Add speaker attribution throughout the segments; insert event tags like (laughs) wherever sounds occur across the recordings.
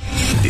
Speaker 1: The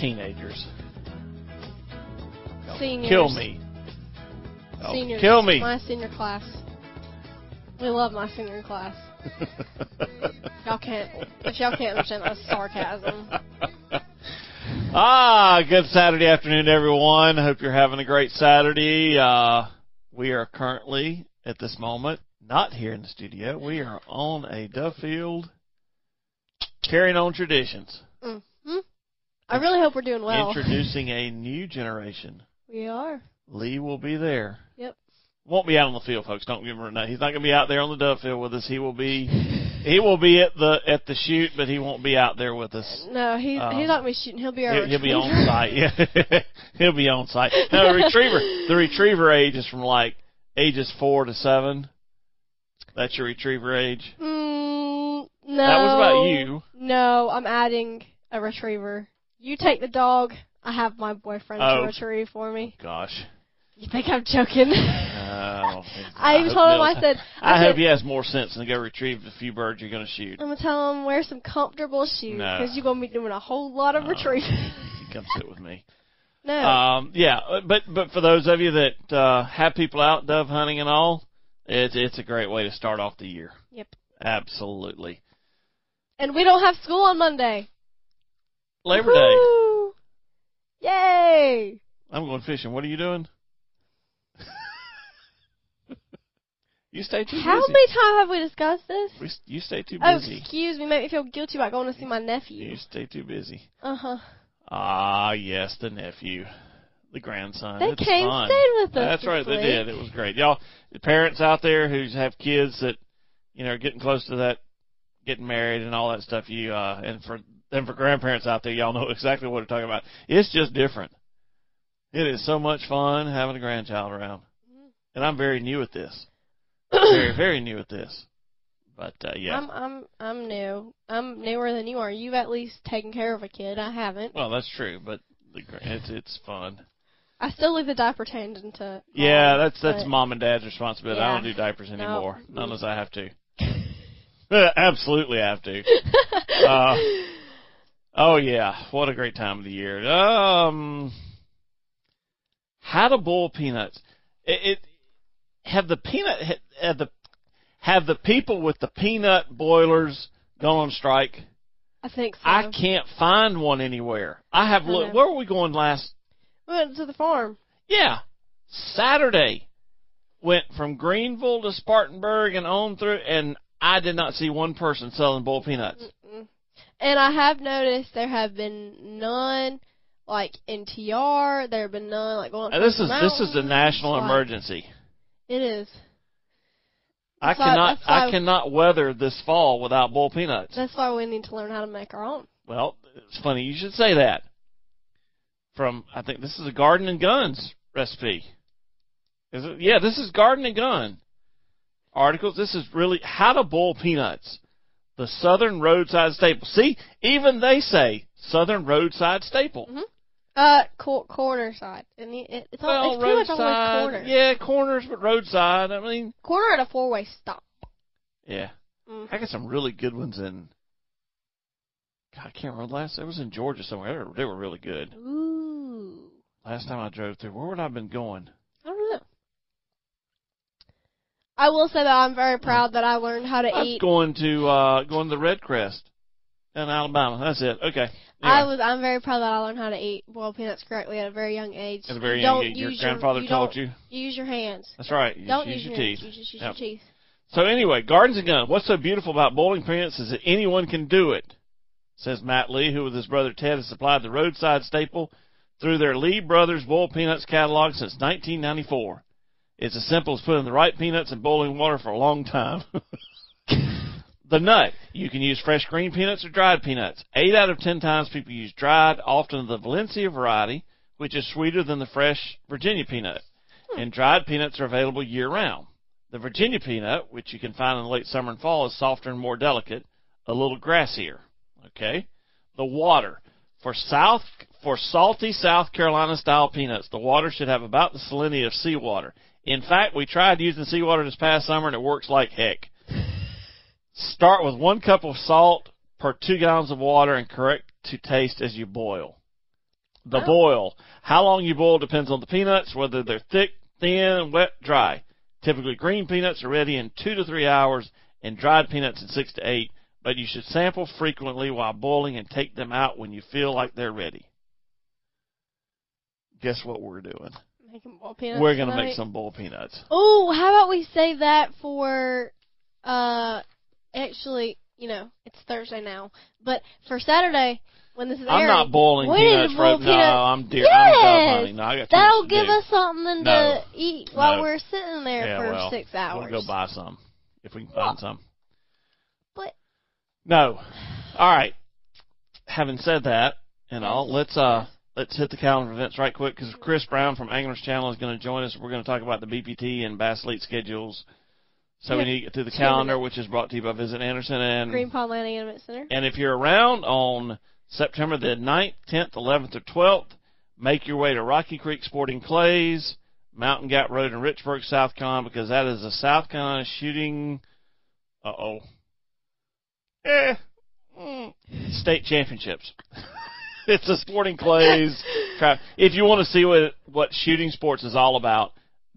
Speaker 2: Teenagers.
Speaker 3: Seniors.
Speaker 2: Kill me. Oh,
Speaker 3: Seniors.
Speaker 2: Kill me.
Speaker 3: My senior class. We love my senior class.
Speaker 2: (laughs)
Speaker 3: Y'all can't. If y'all can't understand that sarcasm.
Speaker 2: ah, good Saturday afternoon, everyone. Hope you're having a great Saturday. Uh, we are currently, at this moment, not here in the studio. We are on a Duffield carrying on traditions,
Speaker 3: Mm-hmm. I really hope we're doing well.
Speaker 2: introducing a new generation.
Speaker 3: we are.
Speaker 2: Lee will be there.
Speaker 3: Yep.
Speaker 2: Won't be out on the field, folks. Don't give him a nut. He's not going to be out there on the Duffield with us. He will be, he will be at the at the shoot, but he won't be out there with us.
Speaker 3: No, he's
Speaker 2: Um,
Speaker 3: he's not gonna be shooting. He'll be our.
Speaker 2: He'll, he'll be on
Speaker 3: retriever.
Speaker 2: site. (laughs) Yeah, he'll be on site. No, retriever. The retriever age is from like ages four to seven. That's your retriever age.
Speaker 3: (laughs) Mm, no.
Speaker 2: That was about you.
Speaker 3: No, I'm adding a retriever. You take the dog. I have my boyfriend
Speaker 2: Oh.
Speaker 3: to retrieve for me.
Speaker 2: Gosh.
Speaker 3: You think I'm joking?
Speaker 2: No.
Speaker 3: I even
Speaker 2: hope
Speaker 3: told him. I
Speaker 2: Mills-
Speaker 3: said.
Speaker 2: I,
Speaker 3: I,
Speaker 2: hope
Speaker 3: said,
Speaker 2: he has more sense than to go retrieve the few birds you're going to
Speaker 3: (laughs)
Speaker 2: shoot.
Speaker 3: I'm gonna tell him wear some comfortable shoes
Speaker 2: No.
Speaker 3: because you're gonna be doing a whole lot of
Speaker 2: No.
Speaker 3: retrieving. (laughs)
Speaker 2: You Uh, come sit with me.
Speaker 3: no.
Speaker 2: Um, yeah, but but for those of you that uh, have people out dove hunting and all, it's it's a great way to start off the year.
Speaker 3: Yep.
Speaker 2: Absolutely.
Speaker 3: and we don't have school on Monday.
Speaker 2: Labor Day.
Speaker 3: Woo! Yay!
Speaker 2: I'm going fishing. What are you
Speaker 3: (laughs)
Speaker 2: doing? you stay too
Speaker 3: How
Speaker 2: busy.
Speaker 3: many times have we discussed this?
Speaker 2: We s- you stay too
Speaker 3: Oh,
Speaker 2: busy.
Speaker 3: excuse me. Make me feel guilty about going to see my
Speaker 2: You
Speaker 3: nephew.
Speaker 2: stay too busy.
Speaker 3: Uh huh.
Speaker 2: Ah, yes, the nephew, the grandson.
Speaker 3: They
Speaker 2: It's
Speaker 3: came
Speaker 2: fun.
Speaker 3: stayed with us
Speaker 2: That's
Speaker 3: this
Speaker 2: right, they
Speaker 3: week.
Speaker 2: did. It was great. Y'all, the parents out there who have kids that you know are getting close to that, getting married and all that stuff. You uh, and for and for grandparents out there, y'all know (laughs) exactly what I'm talking about. It's just different. It is so much fun having a grandchild around, and I'm very new at
Speaker 3: (clears throat)
Speaker 2: this. very very new at this, but uh, yeah.
Speaker 3: I'm I'm I'm new. I'm newer than you are. You've at least taken care of a kid. I haven't.
Speaker 2: well, that's true, but the gra- it's it's fun.
Speaker 3: I still leave the diaper changed into. mom,
Speaker 2: Yeah, that's that's
Speaker 3: Um, but-
Speaker 2: mom and dad's responsibility. I
Speaker 3: Yeah.
Speaker 2: don't do diapers
Speaker 3: No. Mm.
Speaker 2: anymore, not unless I have
Speaker 3: (laughs)
Speaker 2: to. (laughs) Absolutely, I have to. Uh, oh yeah, what a great time of the year. Um, how to boil peanuts? It, it have the peanut ha- have the have the people with the peanut boilers gone on strike?
Speaker 3: I think so.
Speaker 2: I can't find one anywhere. I have
Speaker 3: I
Speaker 2: looked.
Speaker 3: know.
Speaker 2: Where were we going last
Speaker 3: We went to the farm.
Speaker 2: Yeah. Saturday went from Greenville to Spartanburg and on through, and I did not see one person selling boiled peanuts.
Speaker 3: Mm. And I have noticed there have been none like in TR. There have been none like going. up
Speaker 2: And
Speaker 3: to
Speaker 2: this
Speaker 3: the
Speaker 2: is this is a
Speaker 3: mountains,
Speaker 2: national
Speaker 3: like-
Speaker 2: emergency.
Speaker 3: It is.
Speaker 2: I
Speaker 3: that's why-
Speaker 2: cannot
Speaker 3: that's why-
Speaker 2: I cannot weather this fall without boiled peanuts.
Speaker 3: That's why we need to learn how to make our own.
Speaker 2: Well, it's funny you should say that. From I think this is a Garden and Guns recipe. Is it? Yeah, this is Garden and Gun articles. This is really how to boil peanuts, the Southern roadside staple. See, even they say Southern roadside staple.
Speaker 3: Uh, cor- corner side. And the- it, it's, all, it's pretty much always corner.
Speaker 2: yeah, corners, but roadside. I mean,
Speaker 3: Corner at a four-way stop.
Speaker 2: yeah.
Speaker 3: Mm.
Speaker 2: I got some really good ones in. God, I can't remember the last. It was in Georgia somewhere. They were, they were really good.
Speaker 3: Ooh.
Speaker 2: Last time I drove through, where would I have been going?
Speaker 3: I don't know. I will say that I'm very proud that I learned how to
Speaker 2: I was
Speaker 3: eat.
Speaker 2: going to uh going to Red Crest in Alabama. That's it. Okay.
Speaker 3: I
Speaker 2: Anyway,
Speaker 3: was. I'm very proud that I learned how to eat boiled peanuts correctly at a very young age.
Speaker 2: at a very
Speaker 3: You
Speaker 2: young
Speaker 3: don't
Speaker 2: age, your
Speaker 3: use
Speaker 2: grandfather
Speaker 3: you
Speaker 2: taught
Speaker 3: don't
Speaker 2: you.
Speaker 3: Use your hands.
Speaker 2: That's right. You
Speaker 3: don't
Speaker 2: just use
Speaker 3: use
Speaker 2: your
Speaker 3: hands.
Speaker 2: teeth.
Speaker 3: You just use
Speaker 2: Yep.
Speaker 3: your teeth.
Speaker 2: So anyway, gardens and guns. What's so beautiful about bowling pins is that anyone can do it, says Matt Lee, who with his brother Ted has supplied the roadside staple through their Lee Brothers Bowl Peanuts catalog since 1994. It's as simple as putting the right peanuts in boiling water for a long time. (laughs) the nut. You can use fresh green peanuts or dried peanuts. Eight out of ten times people use dried, often the Valencia variety, which is sweeter than the fresh Virginia peanut. And dried peanuts are available year round. The Virginia peanut, which you can find in the late summer and fall, is softer and more delicate, a little grassier. Okay? The water. For South for salty South Carolina style peanuts, the water should have about the salinity of seawater. In fact, we tried using seawater this past summer and it works like heck. Start with one cup of salt per two gallons of water and correct to taste as you boil. The
Speaker 3: Oh.
Speaker 2: boil. How long you boil depends on the peanuts, whether they're thick, thin, wet, dry. Typically, green peanuts are ready in two to three hours and dried peanuts in six to eight, but you should sample frequently while boiling and take them out when you feel like they're ready. Guess what we're doing?
Speaker 3: Making boiled peanuts.
Speaker 2: We're going to make
Speaker 3: tonight.
Speaker 2: some boiled peanuts.
Speaker 3: Oh, how about we save that for, uh, actually, you know, it's Thursday now, but for Saturday when this is
Speaker 2: I'm
Speaker 3: airing,
Speaker 2: not boiling
Speaker 3: we
Speaker 2: peanuts
Speaker 3: need to
Speaker 2: for
Speaker 3: boil
Speaker 2: no, I'm dear. I'm done,
Speaker 3: Yes,
Speaker 2: honey. No, I got too
Speaker 3: that'll
Speaker 2: much to
Speaker 3: give
Speaker 2: do.
Speaker 3: us something
Speaker 2: No.
Speaker 3: to eat while
Speaker 2: No.
Speaker 3: we're sitting there
Speaker 2: yeah,
Speaker 3: for
Speaker 2: well,
Speaker 3: six hours.
Speaker 2: We'll go buy some if we can find some.
Speaker 3: But
Speaker 2: No. All right. Having said that, and all, let's uh let's hit the calendar events right quick because Chris Brown from Anglers Channel is going to join us. We're going to talk about the BPT and Bass Elite schedules. So we
Speaker 3: Yeah.
Speaker 2: need to get through the calendar, which is brought to you by Visit Anderson and
Speaker 3: Green Pond Land Animate Center.
Speaker 2: and if you're around on September the 9th, 10th, 11th, or 12th, make your way to Rocky Creek Sporting Clays, Mountain Gap Road in Richburg, South Carolina, because that is a South Carolina shooting. Uh oh. Eh. Mm. State championships. (laughs) it's a Sporting Clays. Tra- if you want to see what what shooting sports is all about,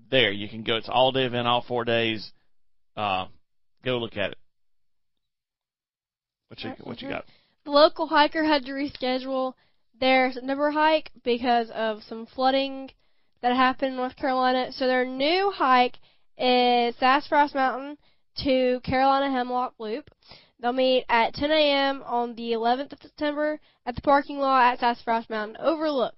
Speaker 2: there you can go. It's all day event, all four days. Uh, go look at it. What you what you got?
Speaker 3: The local hiker had to reschedule their September hike because of some flooding that happened in North Carolina. So their new hike is Sassafras Mountain to Carolina Hemlock Loop. They'll meet at 10 a.m. on the 11th of September at the parking lot at Sassafras Mountain Overlook.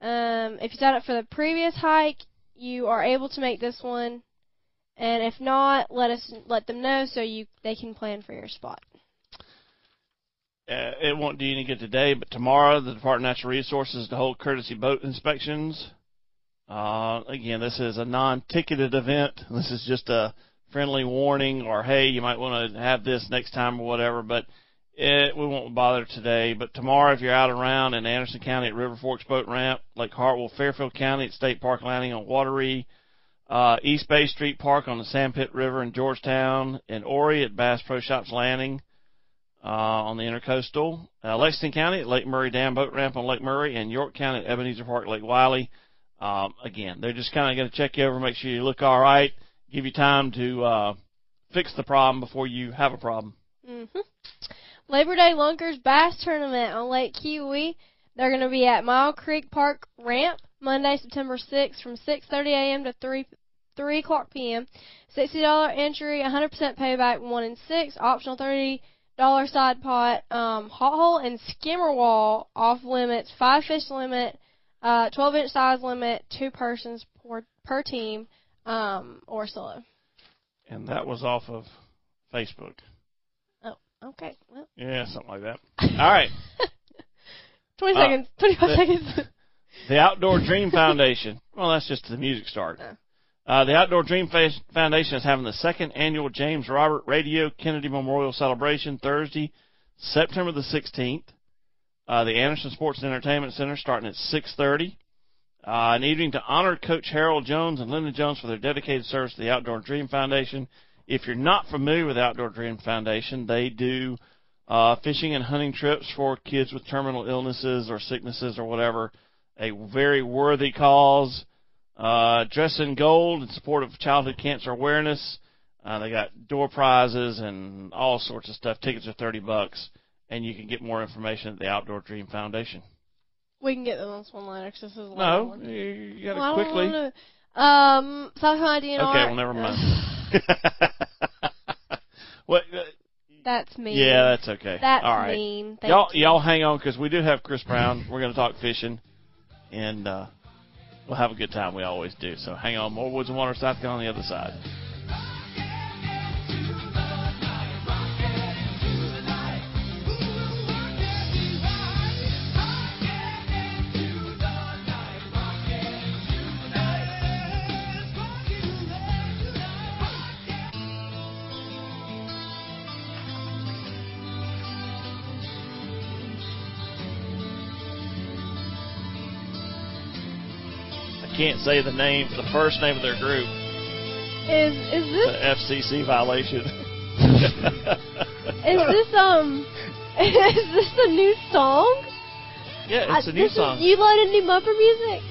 Speaker 3: Um, if you signed up for the previous hike, you are able to make this one, and if not, let us let them know so you they can plan for your spot.
Speaker 2: uh, it won't do you any good today, but tomorrow the Department of Natural Resources to hold courtesy boat inspections. Uh, again, this is a non-ticketed event. This is just a friendly warning, or hey, you might want to have this next time or whatever. But it, we won't bother today. But tomorrow, if you're out around in Anderson County at River Forks Boat Ramp, Lake Hartwell, Fairfield County at State Park Landing on Watery, uh, East Bay Street Park on the Sandpit River in Georgetown, and Ori at Bass Pro Shops Landing uh, on the intercoastal. Uh, Lexington County at Lake Murray Dam Boat Ramp on Lake Murray, and York County at Ebenezer Park Lake Wiley. Um, again, they're just kind of going to check you over, make sure you look all right, give you time to uh, fix the problem before you have a problem.
Speaker 3: hmm Labor Day Lunkers Bass Tournament on Lake Kiwi. They're going to be at Mile Creek Park Ramp Monday, September 6th from 6:30 a.m. to 3 3 o'clock p.m. $60 entry, 100% payback, one in six. Optional $30 side pot. Um, hot hole and skimmer wall off limits. Five fish limit. Uh, 12 inch size limit. Two persons per per team. Um, or solo.
Speaker 2: And that was off of Facebook.
Speaker 3: Oh, okay. Well,
Speaker 2: Yeah, something like that. All right.
Speaker 3: 20
Speaker 2: Uh,
Speaker 3: seconds. 25
Speaker 2: the-
Speaker 3: seconds.
Speaker 2: The Outdoor Dream Foundation. Well, that's just the music start. Uh, the Outdoor Dream Fa- Foundation is having the second annual James Robert Radio Kennedy Memorial Celebration Thursday, September the 16th. Uh, the Anderson Sports and Entertainment Center starting at 6:30. Uh, an evening to honor Coach Harold Jones and Linda Jones for their dedicated service to the Outdoor Dream Foundation. If you're not familiar with the Outdoor Dream Foundation, they do uh, fishing and hunting trips for kids with terminal illnesses or sicknesses or whatever. A very worthy cause. Uh, dress in gold in support of childhood cancer awareness. Uh, they got door prizes and all sorts of stuff. Tickets are thirty bucks, and you can get more information at the Outdoor Dream Foundation.
Speaker 3: We can get them on one liner 'cause this is a long
Speaker 2: No,
Speaker 3: one.
Speaker 2: you, you got
Speaker 3: Well, I
Speaker 2: to
Speaker 3: don't
Speaker 2: quickly.
Speaker 3: wanna- Um, South Carolina DNR.
Speaker 2: Okay, well, never
Speaker 3: (laughs)
Speaker 2: mind. what? uh,
Speaker 3: that's mean.
Speaker 2: Yeah, that's okay.
Speaker 3: that's
Speaker 2: All right.
Speaker 3: mean. Thank
Speaker 2: y'all,
Speaker 3: you.
Speaker 2: y'all hang on because we do have Chris Brown. We're going to talk fishing, and uh, We'll have a good time. We always do. So hang on. More Woods and Water South Carolina on the other side. I can't say the name, the first name of their group.
Speaker 3: Is is
Speaker 2: The
Speaker 3: this
Speaker 2: FCC
Speaker 3: (laughs)
Speaker 2: violation.
Speaker 3: is
Speaker 2: (laughs)
Speaker 3: this um (laughs) is this a new song?
Speaker 2: yeah, it's
Speaker 3: I-
Speaker 2: a new
Speaker 3: this
Speaker 2: song.
Speaker 3: Is, you loaded new bumper music.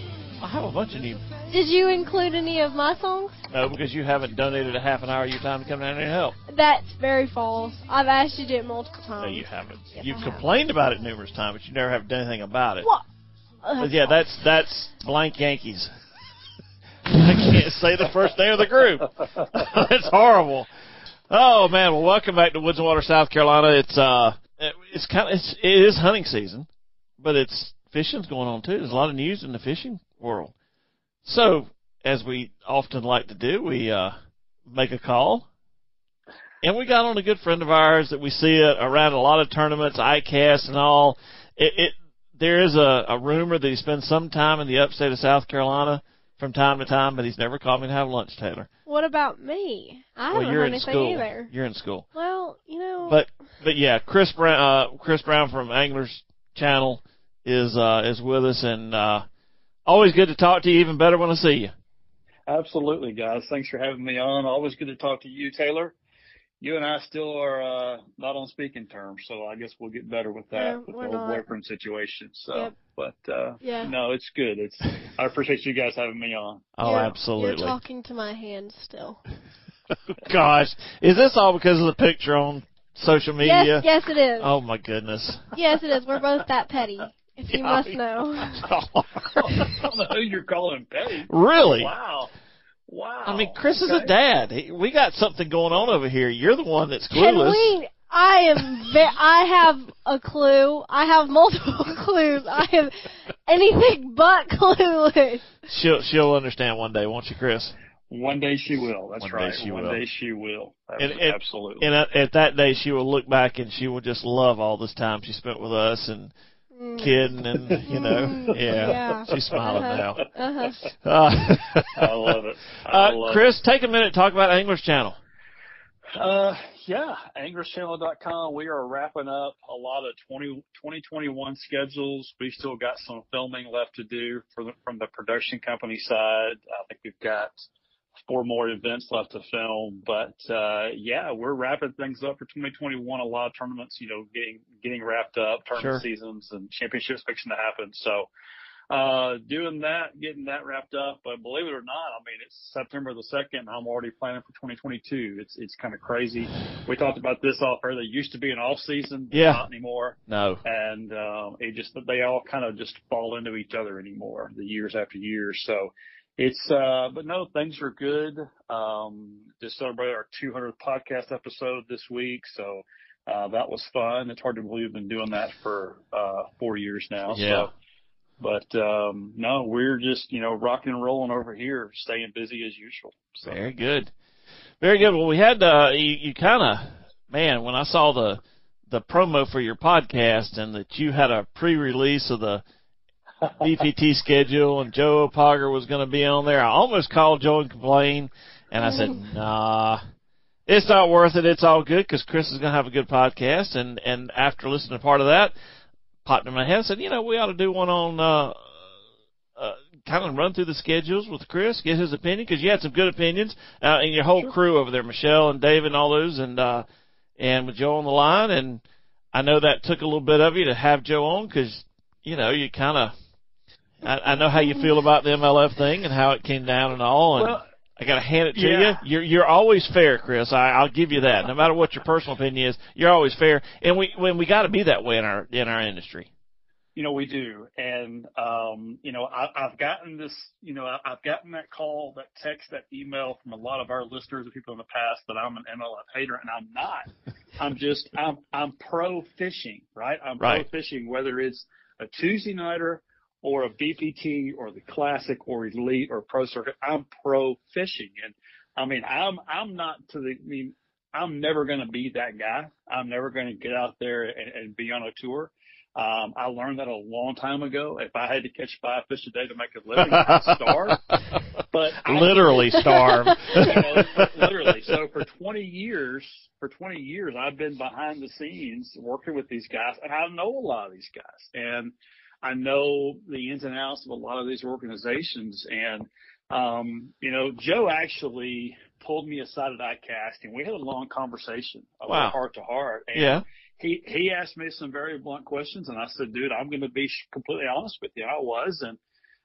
Speaker 2: I have a bunch of new.
Speaker 3: Did you include any of my songs?
Speaker 2: No, because you haven't donated a half an hour of your time to come down here and help.
Speaker 3: That's very false. I've asked you to do it multiple times.
Speaker 2: No, you haven't.
Speaker 3: Um, Yes,
Speaker 2: You've
Speaker 3: I have.
Speaker 2: complained about it numerous times, but you never have done anything about it.
Speaker 3: What? uh,
Speaker 2: But yeah, that's that's blank Yankees. (laughs) I can't say the first name of the group. (laughs) that's horrible. Oh man, well welcome back to Woods and Water, South Carolina. It's uh, it- it's kind of it's it is hunting season, but it's fishing's going on too. There's a lot of news in the fishing world. So as we often like to do, we uh make a call. And we got on a good friend of ours that we see it around a lot of tournaments, ICAST and all. It, it there is a, a rumor that he spends some time in the upstate of South Carolina from time to time, but he's never called me to have lunch, Taylor.
Speaker 3: What about me? I
Speaker 2: well,
Speaker 3: haven't
Speaker 2: you're
Speaker 3: heard
Speaker 2: in
Speaker 3: anything
Speaker 2: school.
Speaker 3: either.
Speaker 2: You're in school.
Speaker 3: Well, you know.
Speaker 2: But but yeah, Chris Brown, uh, Chris Brown from Anglers Channel is uh, is with us, and uh, always good to talk to you. Even better when I see you.
Speaker 4: Absolutely, guys. Thanks for having me on. Always good to talk to you, Taylor. You and I still are uh, not on speaking terms, so I guess we'll get better with that
Speaker 3: Yeah,
Speaker 4: with the
Speaker 3: we're
Speaker 4: whole
Speaker 3: not.
Speaker 4: boyfriend situation. So,
Speaker 3: Yep.
Speaker 4: but uh,
Speaker 3: Yeah.
Speaker 4: no, it's good. It's I appreciate you guys having me on. (laughs)
Speaker 2: Oh,
Speaker 3: you're-
Speaker 2: absolutely.
Speaker 3: You're talking to my hands still.
Speaker 2: Gosh, is this all because of the picture on social media?
Speaker 3: Yes, yes, it is.
Speaker 2: Oh my goodness.
Speaker 3: Yes, it is. We're both that petty. If you
Speaker 2: Yeah.
Speaker 3: must know.
Speaker 4: I don't know who you're calling petty.
Speaker 2: (laughs) really?
Speaker 4: Wow, wow.
Speaker 2: I mean, Chris is
Speaker 4: Okay.
Speaker 2: a dad. He, we got something going on over here. You're the one that's
Speaker 3: Can
Speaker 2: clueless.
Speaker 3: we? I am. Ve- I have a clue. I have multiple (laughs) clues. I am anything but clueless.
Speaker 2: She'll she'll understand one day, won't you, Chris?
Speaker 4: One day she will. That's
Speaker 2: One day
Speaker 4: right.
Speaker 2: she
Speaker 4: One
Speaker 2: will.
Speaker 4: day she will. Ab-
Speaker 2: And- and-
Speaker 4: absolutely.
Speaker 2: And at, at that day, she will look back and she will just love all this time she spent with us and kidding and you
Speaker 3: (laughs)
Speaker 2: know, yeah,
Speaker 3: Mm. yeah.
Speaker 2: she's smiling
Speaker 3: Uh-huh. Uh-huh.
Speaker 2: now. (laughs) Uh,
Speaker 4: I love it. I
Speaker 2: (laughs) Uh,
Speaker 4: love it.
Speaker 2: Chris, take a minute, and talk about Anglers Channel.
Speaker 4: Uh, yeah, anglerschannel.com. We are wrapping up a lot of 20, 2021 schedules. We've still got some filming left to do for the, from the production company side. I think we've got four more events left to film, but, uh, yeah, we're wrapping things up for 2021. A lot of tournaments, you know, getting, getting wrapped up,
Speaker 2: Sure.
Speaker 4: tournament seasons and championships fixing to happen. So, uh, doing that, getting that wrapped up. But believe it or not, I mean, it's September the 2nd. I'm already planning for 2022. It's, it's kind of crazy. We talked about this off earlier. It used to be an off season.
Speaker 2: Yeah.
Speaker 4: Not anymore.
Speaker 2: No,
Speaker 4: And, um, it just, they all kind of just fall into each other anymore, the years after years. So it's, uh, but no, things are good. Um, just celebrated our 200th podcast episode this week. So, uh, that was fun. It's hard to believe we've been doing that for, uh, four years now.
Speaker 2: Yeah.
Speaker 4: So, but um, no, we're just you know rocking and rolling over here, staying busy as usual. So
Speaker 2: Very good, very good. Well, we had uh, you, you kind of man when I saw the the promo for your podcast and that you had a pre-release of the BPT schedule and Joe Pogger was going to be on there. I almost called Joe and complained, and I said, "Nah, it's not worth it. It's all good because Chris is going to have a good podcast." And and after listening to part of that, popped in my head, said, "You know, we ought to do one on." uh uh, kind of run through the schedules with Chris, get his opinion because you had some good opinions, uh, and your whole crew over there, Michelle and David and all those, and uh, and with Joe on the line. And I know that took a little bit of you to have Joe on because you know you kind of. I, I know how you feel about the MLF thing and how it came down and all, and
Speaker 4: Well,
Speaker 2: I got to hand it to
Speaker 4: yeah.
Speaker 2: you. You're you're always fair, Chris. I, I'll give you that. No matter what your personal opinion is, you're always fair, and we when we got to be that way in our in our industry.
Speaker 4: you know we do, and um, you know I, I've gotten this, you know I, I've gotten that call, that text, that email from a lot of our listeners and people in the past that I'm an MLF hater, and I'm not. I'm just I'm I'm pro fishing, right? I'm
Speaker 2: Right.
Speaker 4: pro fishing, whether it's a Tuesday nighter or a BPT or the classic or elite or pro circuit. I'm pro fishing. And I mean, I'm, I'm not to the, I mean, I'm never going to be that guy. I'm never going to get out there and, and be on a tour. Um, I learned that a long time ago. If I had to catch five fish a day to make a living, I'd starve.
Speaker 2: (laughs)
Speaker 4: But I-
Speaker 2: Literally
Speaker 4: (laughs)
Speaker 2: starve. (laughs)
Speaker 4: you know, literally. So for 20 years, for 20 years, I've been behind the scenes working with these guys, and I know a lot of these guys, and I know the ins and outs of a lot of these organizations. And um, you know, Joe actually pulled me aside at ICAST, and we had a long conversation, a
Speaker 2: Wow.
Speaker 4: heart to heart. And
Speaker 2: yeah.
Speaker 4: he he asked me some very blunt questions, and I said, "Dude, I'm going to be sh- completely honest with you. I was." And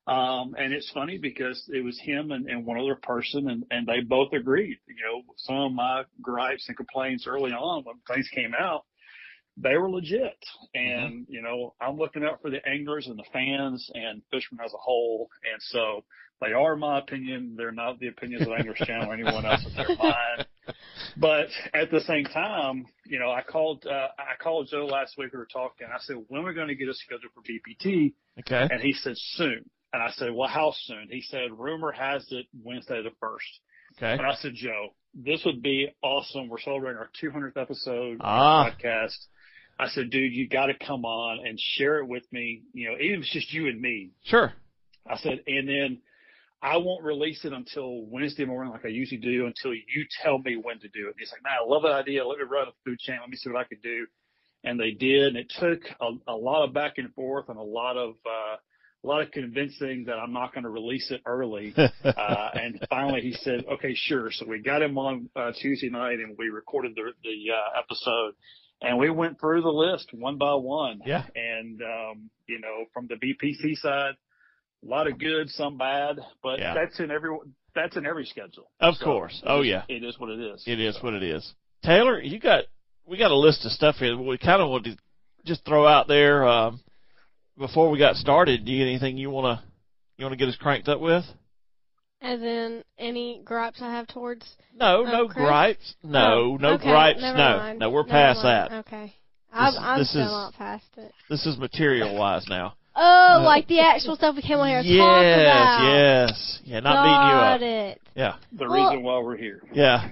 Speaker 4: um, and it's funny because it was him and, and one other person, and and they both agreed. You know, some of my gripes and complaints early on when things came out, they were legit. And you know, I'm looking out for the anglers and the fans and fishermen as a whole, and so. They are my opinion. They're not the opinions of Anglers Channel or anyone else in their mind. But at the same time, you know, I called uh, I called Joe last week. We were talking. I said, "When are we going to get a schedule for PPT?"
Speaker 2: Okay.
Speaker 4: And he said, "Soon." And I said, "Well, how soon?" He said, "Rumor has it Wednesday the 1st.
Speaker 2: Okay.
Speaker 4: And I said, "Joe, this would be awesome. We're celebrating our 200th episode
Speaker 2: Ah.
Speaker 4: podcast." I said, "Dude, you got to come on and share it with me. You know, even if it's just you and me,
Speaker 2: Sure.
Speaker 4: I said, and then I won't release it until Wednesday morning, like I usually do, until you tell me when to do it. And he's like, man, I love that idea. Let me run a food chain. Let me see what I could do. And they did. And it took a, a lot of back and forth and a lot of, uh, a lot of convincing that I'm not going to release it early. Uh, and finally he said, okay, sure. So we got him on uh, Tuesday night and we recorded the, the uh, episode and we went through the list one by one.
Speaker 2: Yeah.
Speaker 4: And, um, you know, from the BPC side, a lot of good, some bad, but
Speaker 2: Yeah.
Speaker 4: that's in every that's in every schedule.
Speaker 2: Of course. Oh, yeah.
Speaker 4: It is what it is.
Speaker 2: It is what it is. Taylor, you got we got a list of stuff here. that We kind of want to just throw out there um, before we got started. Do you get anything you wanna you wanna get us cranked up with?
Speaker 3: As in any gripes I have towards.
Speaker 2: No,
Speaker 3: Uh,
Speaker 2: no
Speaker 3: Chris?
Speaker 2: gripes. No,
Speaker 3: Oh,
Speaker 2: no
Speaker 3: okay,
Speaker 2: gripes.
Speaker 3: never
Speaker 2: No,
Speaker 3: mind.
Speaker 2: no, we're
Speaker 3: Never
Speaker 2: past
Speaker 3: mind.
Speaker 2: that.
Speaker 3: Okay. I'm,
Speaker 2: This-
Speaker 3: I'm
Speaker 2: this
Speaker 3: still
Speaker 2: is-
Speaker 3: not past it.
Speaker 2: This is material wise now.
Speaker 3: Oh, like the actual stuff we came on here
Speaker 2: yes,
Speaker 3: to talk about.
Speaker 2: yes, yeah. Not
Speaker 3: Got
Speaker 2: beating you up.
Speaker 3: it.
Speaker 2: Yeah,
Speaker 4: The
Speaker 3: Well-
Speaker 4: reason why we're here.
Speaker 2: yeah.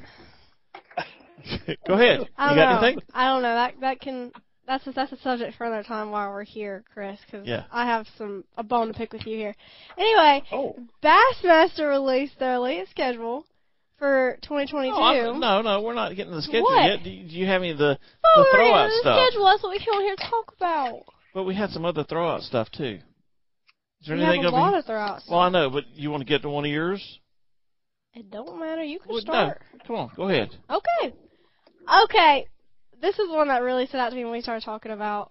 Speaker 2: Go ahead. You got
Speaker 3: I don't know.
Speaker 2: anything?
Speaker 3: I don't know. That that can that's a, that's a subject for another time while we're here, Chris, because
Speaker 2: Yeah.
Speaker 3: I have some a bone to pick with you here. Anyway,
Speaker 4: Oh,
Speaker 3: Bassmaster released their elite schedule for 2022.
Speaker 2: No, Oh, I'm- no, no, we're not getting the schedule
Speaker 3: What?
Speaker 2: yet. Do you, do you have any of the,
Speaker 3: Oh,
Speaker 2: the
Speaker 3: we're getting
Speaker 2: throwout
Speaker 3: the
Speaker 2: stuff?
Speaker 3: schedule. That's what we came on here to talk about.
Speaker 2: But we had some other throwout stuff too. Is there
Speaker 3: we
Speaker 2: anything
Speaker 3: have a
Speaker 2: gonna
Speaker 3: lot
Speaker 2: be?
Speaker 3: of throwouts.
Speaker 2: well, I know, but you want to get to one of yours?
Speaker 3: it don't matter. You can
Speaker 2: Well,
Speaker 3: start.
Speaker 2: No, come on, go ahead.
Speaker 3: Okay. Okay. This is one that really stood out to me when we started talking about,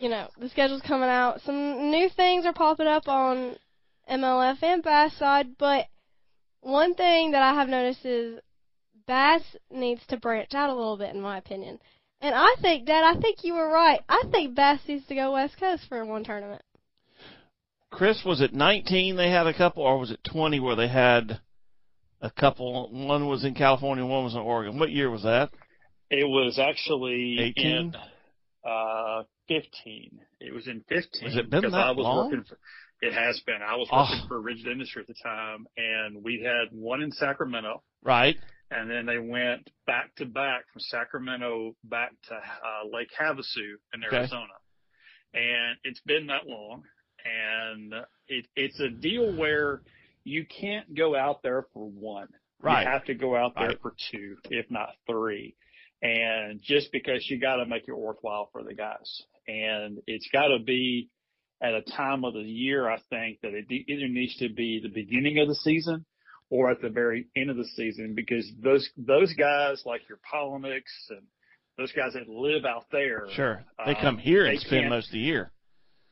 Speaker 3: you know, the schedule's coming out. Some new things are popping up on MLF and Bass side, but one thing that I have noticed is Bass needs to branch out a little bit, in my opinion. And I think, Dad, I think you were right. I think Bass needs to go West Coast for one tournament.
Speaker 2: Chris, was it 19 they had a couple, or was it 20 where they had a couple? One was in California, one was in Oregon. What year was that?
Speaker 4: it was actually
Speaker 2: 18?
Speaker 4: in uh, fifteen. It was in fifteen.
Speaker 2: Has it been
Speaker 4: because
Speaker 2: that
Speaker 4: I was
Speaker 2: long?
Speaker 4: working for it has been. I was
Speaker 2: Oh.
Speaker 4: working for Rigid Industry at the time and we had one in Sacramento
Speaker 2: Right.
Speaker 4: and then they went back to back from Sacramento back to uh, Lake Havasu in
Speaker 2: Okay.
Speaker 4: Arizona, and it's been that long, and it, it's a deal where you can't go out there for one.
Speaker 2: Right.
Speaker 4: You have to go out there
Speaker 2: Right.
Speaker 4: for two, if not three, and just because you got to make it worthwhile for the guys, and it's got to be at a time of the year, I think that it either needs to be the beginning of the season or at the very end of the season because those those guys like your Polymix and those guys that live out there.
Speaker 2: Sure. They
Speaker 4: um,
Speaker 2: come here and
Speaker 4: they
Speaker 2: spend
Speaker 4: can't-
Speaker 2: most of the year.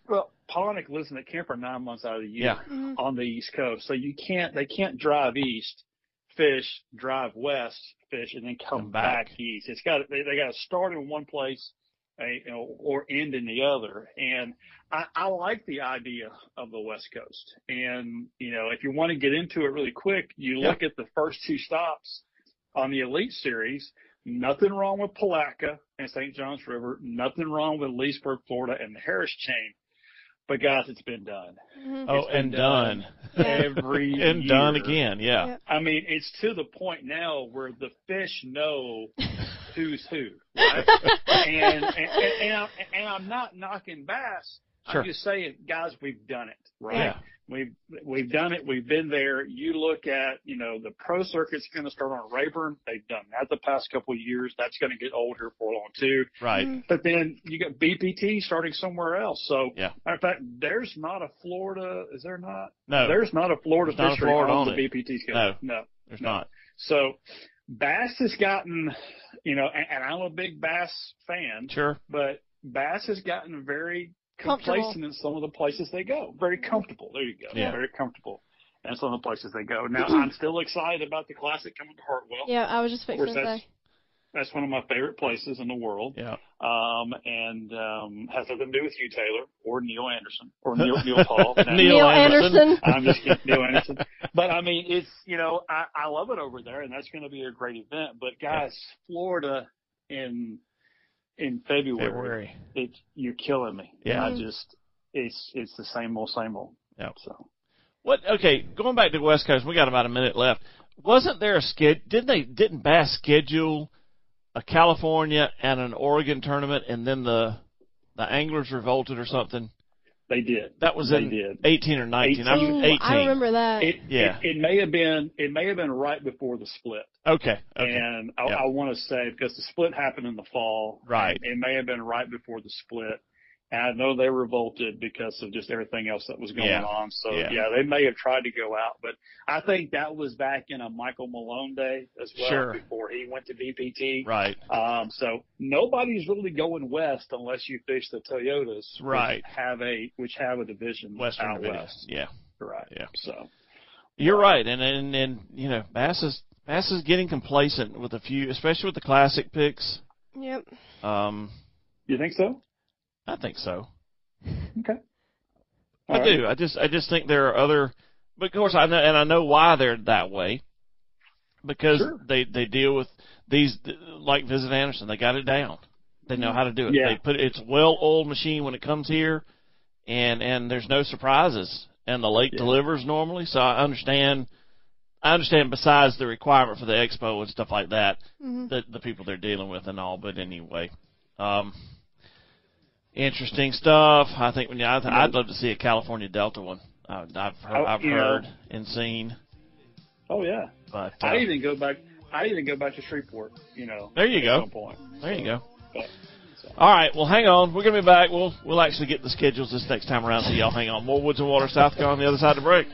Speaker 4: Well, Polymix lives in the camper nine months out of the year
Speaker 2: Yeah.
Speaker 3: Mhm.
Speaker 4: on the East Coast, so you can't they can't drive east, fish, drive west, fish, and then come,
Speaker 2: Come back.
Speaker 4: back. east. It's got they, they got to start in one place. eh, You know, or end in the other, and I, I like the idea of the West Coast. And you know, if you want to get into it really quick, you
Speaker 2: Yeah.
Speaker 4: look at the first two stops on the Elite Series. Nothing wrong with Palaca and St. Johns River. Nothing wrong with Leesburg, Florida, and the Harris Chain. But guys, it's been done.
Speaker 2: Oh,
Speaker 4: been
Speaker 2: and
Speaker 4: done.
Speaker 2: done.
Speaker 4: Every
Speaker 2: (laughs) and done
Speaker 4: year.
Speaker 2: again. Yeah.
Speaker 3: Yep.
Speaker 4: I mean, it's to the point now where the fish
Speaker 2: (laughs)
Speaker 4: know who's who, right? and, and, and, and, I'm, and I'm not knocking bass.
Speaker 2: Sure.
Speaker 4: I'm just saying, guys, we've done it, right?
Speaker 2: Yeah.
Speaker 4: We've we've done it. We've been there. You look at, you know, the pro circuit's going to start on Rayburn. They've done that the past couple of years. That's going to get old here for long too.
Speaker 2: Right.
Speaker 3: Mm-hmm.
Speaker 4: But then you got BPT starting somewhere else. So,
Speaker 2: Yeah.
Speaker 4: matter of fact, there's not a Florida. Is there not?
Speaker 2: No.
Speaker 4: There's not a Florida
Speaker 2: There's not a
Speaker 4: fishery
Speaker 2: Florida
Speaker 4: on
Speaker 2: on
Speaker 4: the
Speaker 2: it.
Speaker 4: BPT schedule. No.
Speaker 2: There's
Speaker 4: no.
Speaker 2: not.
Speaker 4: So bass has gotten, you know, and, and I'm a big bass fan,
Speaker 2: Sure.
Speaker 4: but bass has gotten very
Speaker 3: Comfortable.
Speaker 4: complacent in some of the places they go. Very comfortable. There you go.
Speaker 2: Yeah.
Speaker 4: Very comfortable. And some of the places they go.
Speaker 2: (clears throat)
Speaker 4: Now, I'm still excited about the classic coming to Hartwell.
Speaker 3: Yeah, I was just fixing
Speaker 4: course,
Speaker 3: to
Speaker 4: that's-
Speaker 3: say.
Speaker 4: That's one of my favorite places in the world.
Speaker 2: Yeah.
Speaker 4: Um, and um, has nothing to do with you, Taylor, or Neil Anderson,
Speaker 2: (laughs)
Speaker 4: or Neil, (laughs) Neil Paul. Now,
Speaker 2: Neil
Speaker 3: Neil
Speaker 2: Anderson.
Speaker 3: Anderson.
Speaker 4: (laughs) I'm just kidding, Neil
Speaker 2: (laughs)
Speaker 4: Anderson. But I mean, it's you know, I, I love it over there, and that's going to be a great event. But guys, Florida in in February,
Speaker 2: February.
Speaker 4: it you're killing me.
Speaker 2: Yeah.
Speaker 4: I just it's it's the same old same old.
Speaker 2: Yeah.
Speaker 4: So
Speaker 2: What? Okay. Going back to the West Coast, we got about a minute left. Wasn't there a skid? Didn't they? Didn't Bass schedule a California and an Oregon tournament, and then the the anglers revolted or something?
Speaker 4: they did.
Speaker 2: That was
Speaker 4: They
Speaker 2: in
Speaker 4: did.
Speaker 2: 18 or 19. I
Speaker 3: Ooh,
Speaker 2: was 18.
Speaker 3: I remember that.
Speaker 4: It,
Speaker 2: Yeah.
Speaker 4: It, it may have been it may have been right before the split.
Speaker 2: Okay. Okay.
Speaker 4: And I,
Speaker 2: Yeah.
Speaker 4: I want to say because the split happened in the fall,
Speaker 2: Right.
Speaker 4: It may have been right before the split, and I know they revolted because of just everything else that was going
Speaker 2: Yeah.
Speaker 4: on. So
Speaker 2: Yeah.
Speaker 4: yeah. they may have tried to go out, but I think that was back in a Michael Malone day as well
Speaker 2: Sure.
Speaker 4: before he went to BPT.
Speaker 2: Right.
Speaker 4: Um, so nobody's really going west unless you fish the Toyotas, which
Speaker 2: Right.
Speaker 4: have a which have a division
Speaker 2: Western
Speaker 4: out
Speaker 2: Division.
Speaker 4: west,
Speaker 2: Yeah.
Speaker 4: right?
Speaker 2: Yeah.
Speaker 4: So
Speaker 2: You're right, and and and you know Bass is Bass is getting complacent with a few, especially with the classic picks.
Speaker 3: Yep.
Speaker 2: Um,
Speaker 4: you think so?
Speaker 2: I think so.
Speaker 4: Okay.
Speaker 2: I do. I just I just think there are other, but of course I know and I know why they're that way, because
Speaker 4: Sure.
Speaker 2: they they deal with these like Visit Anderson. They got it down. They know how to do it.
Speaker 4: Yeah.
Speaker 2: They put it's well oiled machine when it comes here, and and there's no surprises. And the lake delivers normally, so I understand. I understand. Besides the requirement for the expo and stuff like that, the the people they're dealing with and all. But anyway, um, interesting stuff. I think when you, I, I'd love to see a California Delta one. I, I've heard,
Speaker 4: Oh,
Speaker 2: I've
Speaker 4: you know.
Speaker 2: heard and seen,
Speaker 4: Oh yeah.
Speaker 2: but uh,
Speaker 4: I even go back. I even go back to Shreveport. You know.
Speaker 2: There you
Speaker 4: at
Speaker 2: go.
Speaker 4: Some point.
Speaker 2: there you go.
Speaker 4: But,
Speaker 2: All right, well, hang on. We're gonna be back. We'll we'll actually get the schedules this next time around. So y'all hang on. More woods and water, South Carolina, on the other side of the break.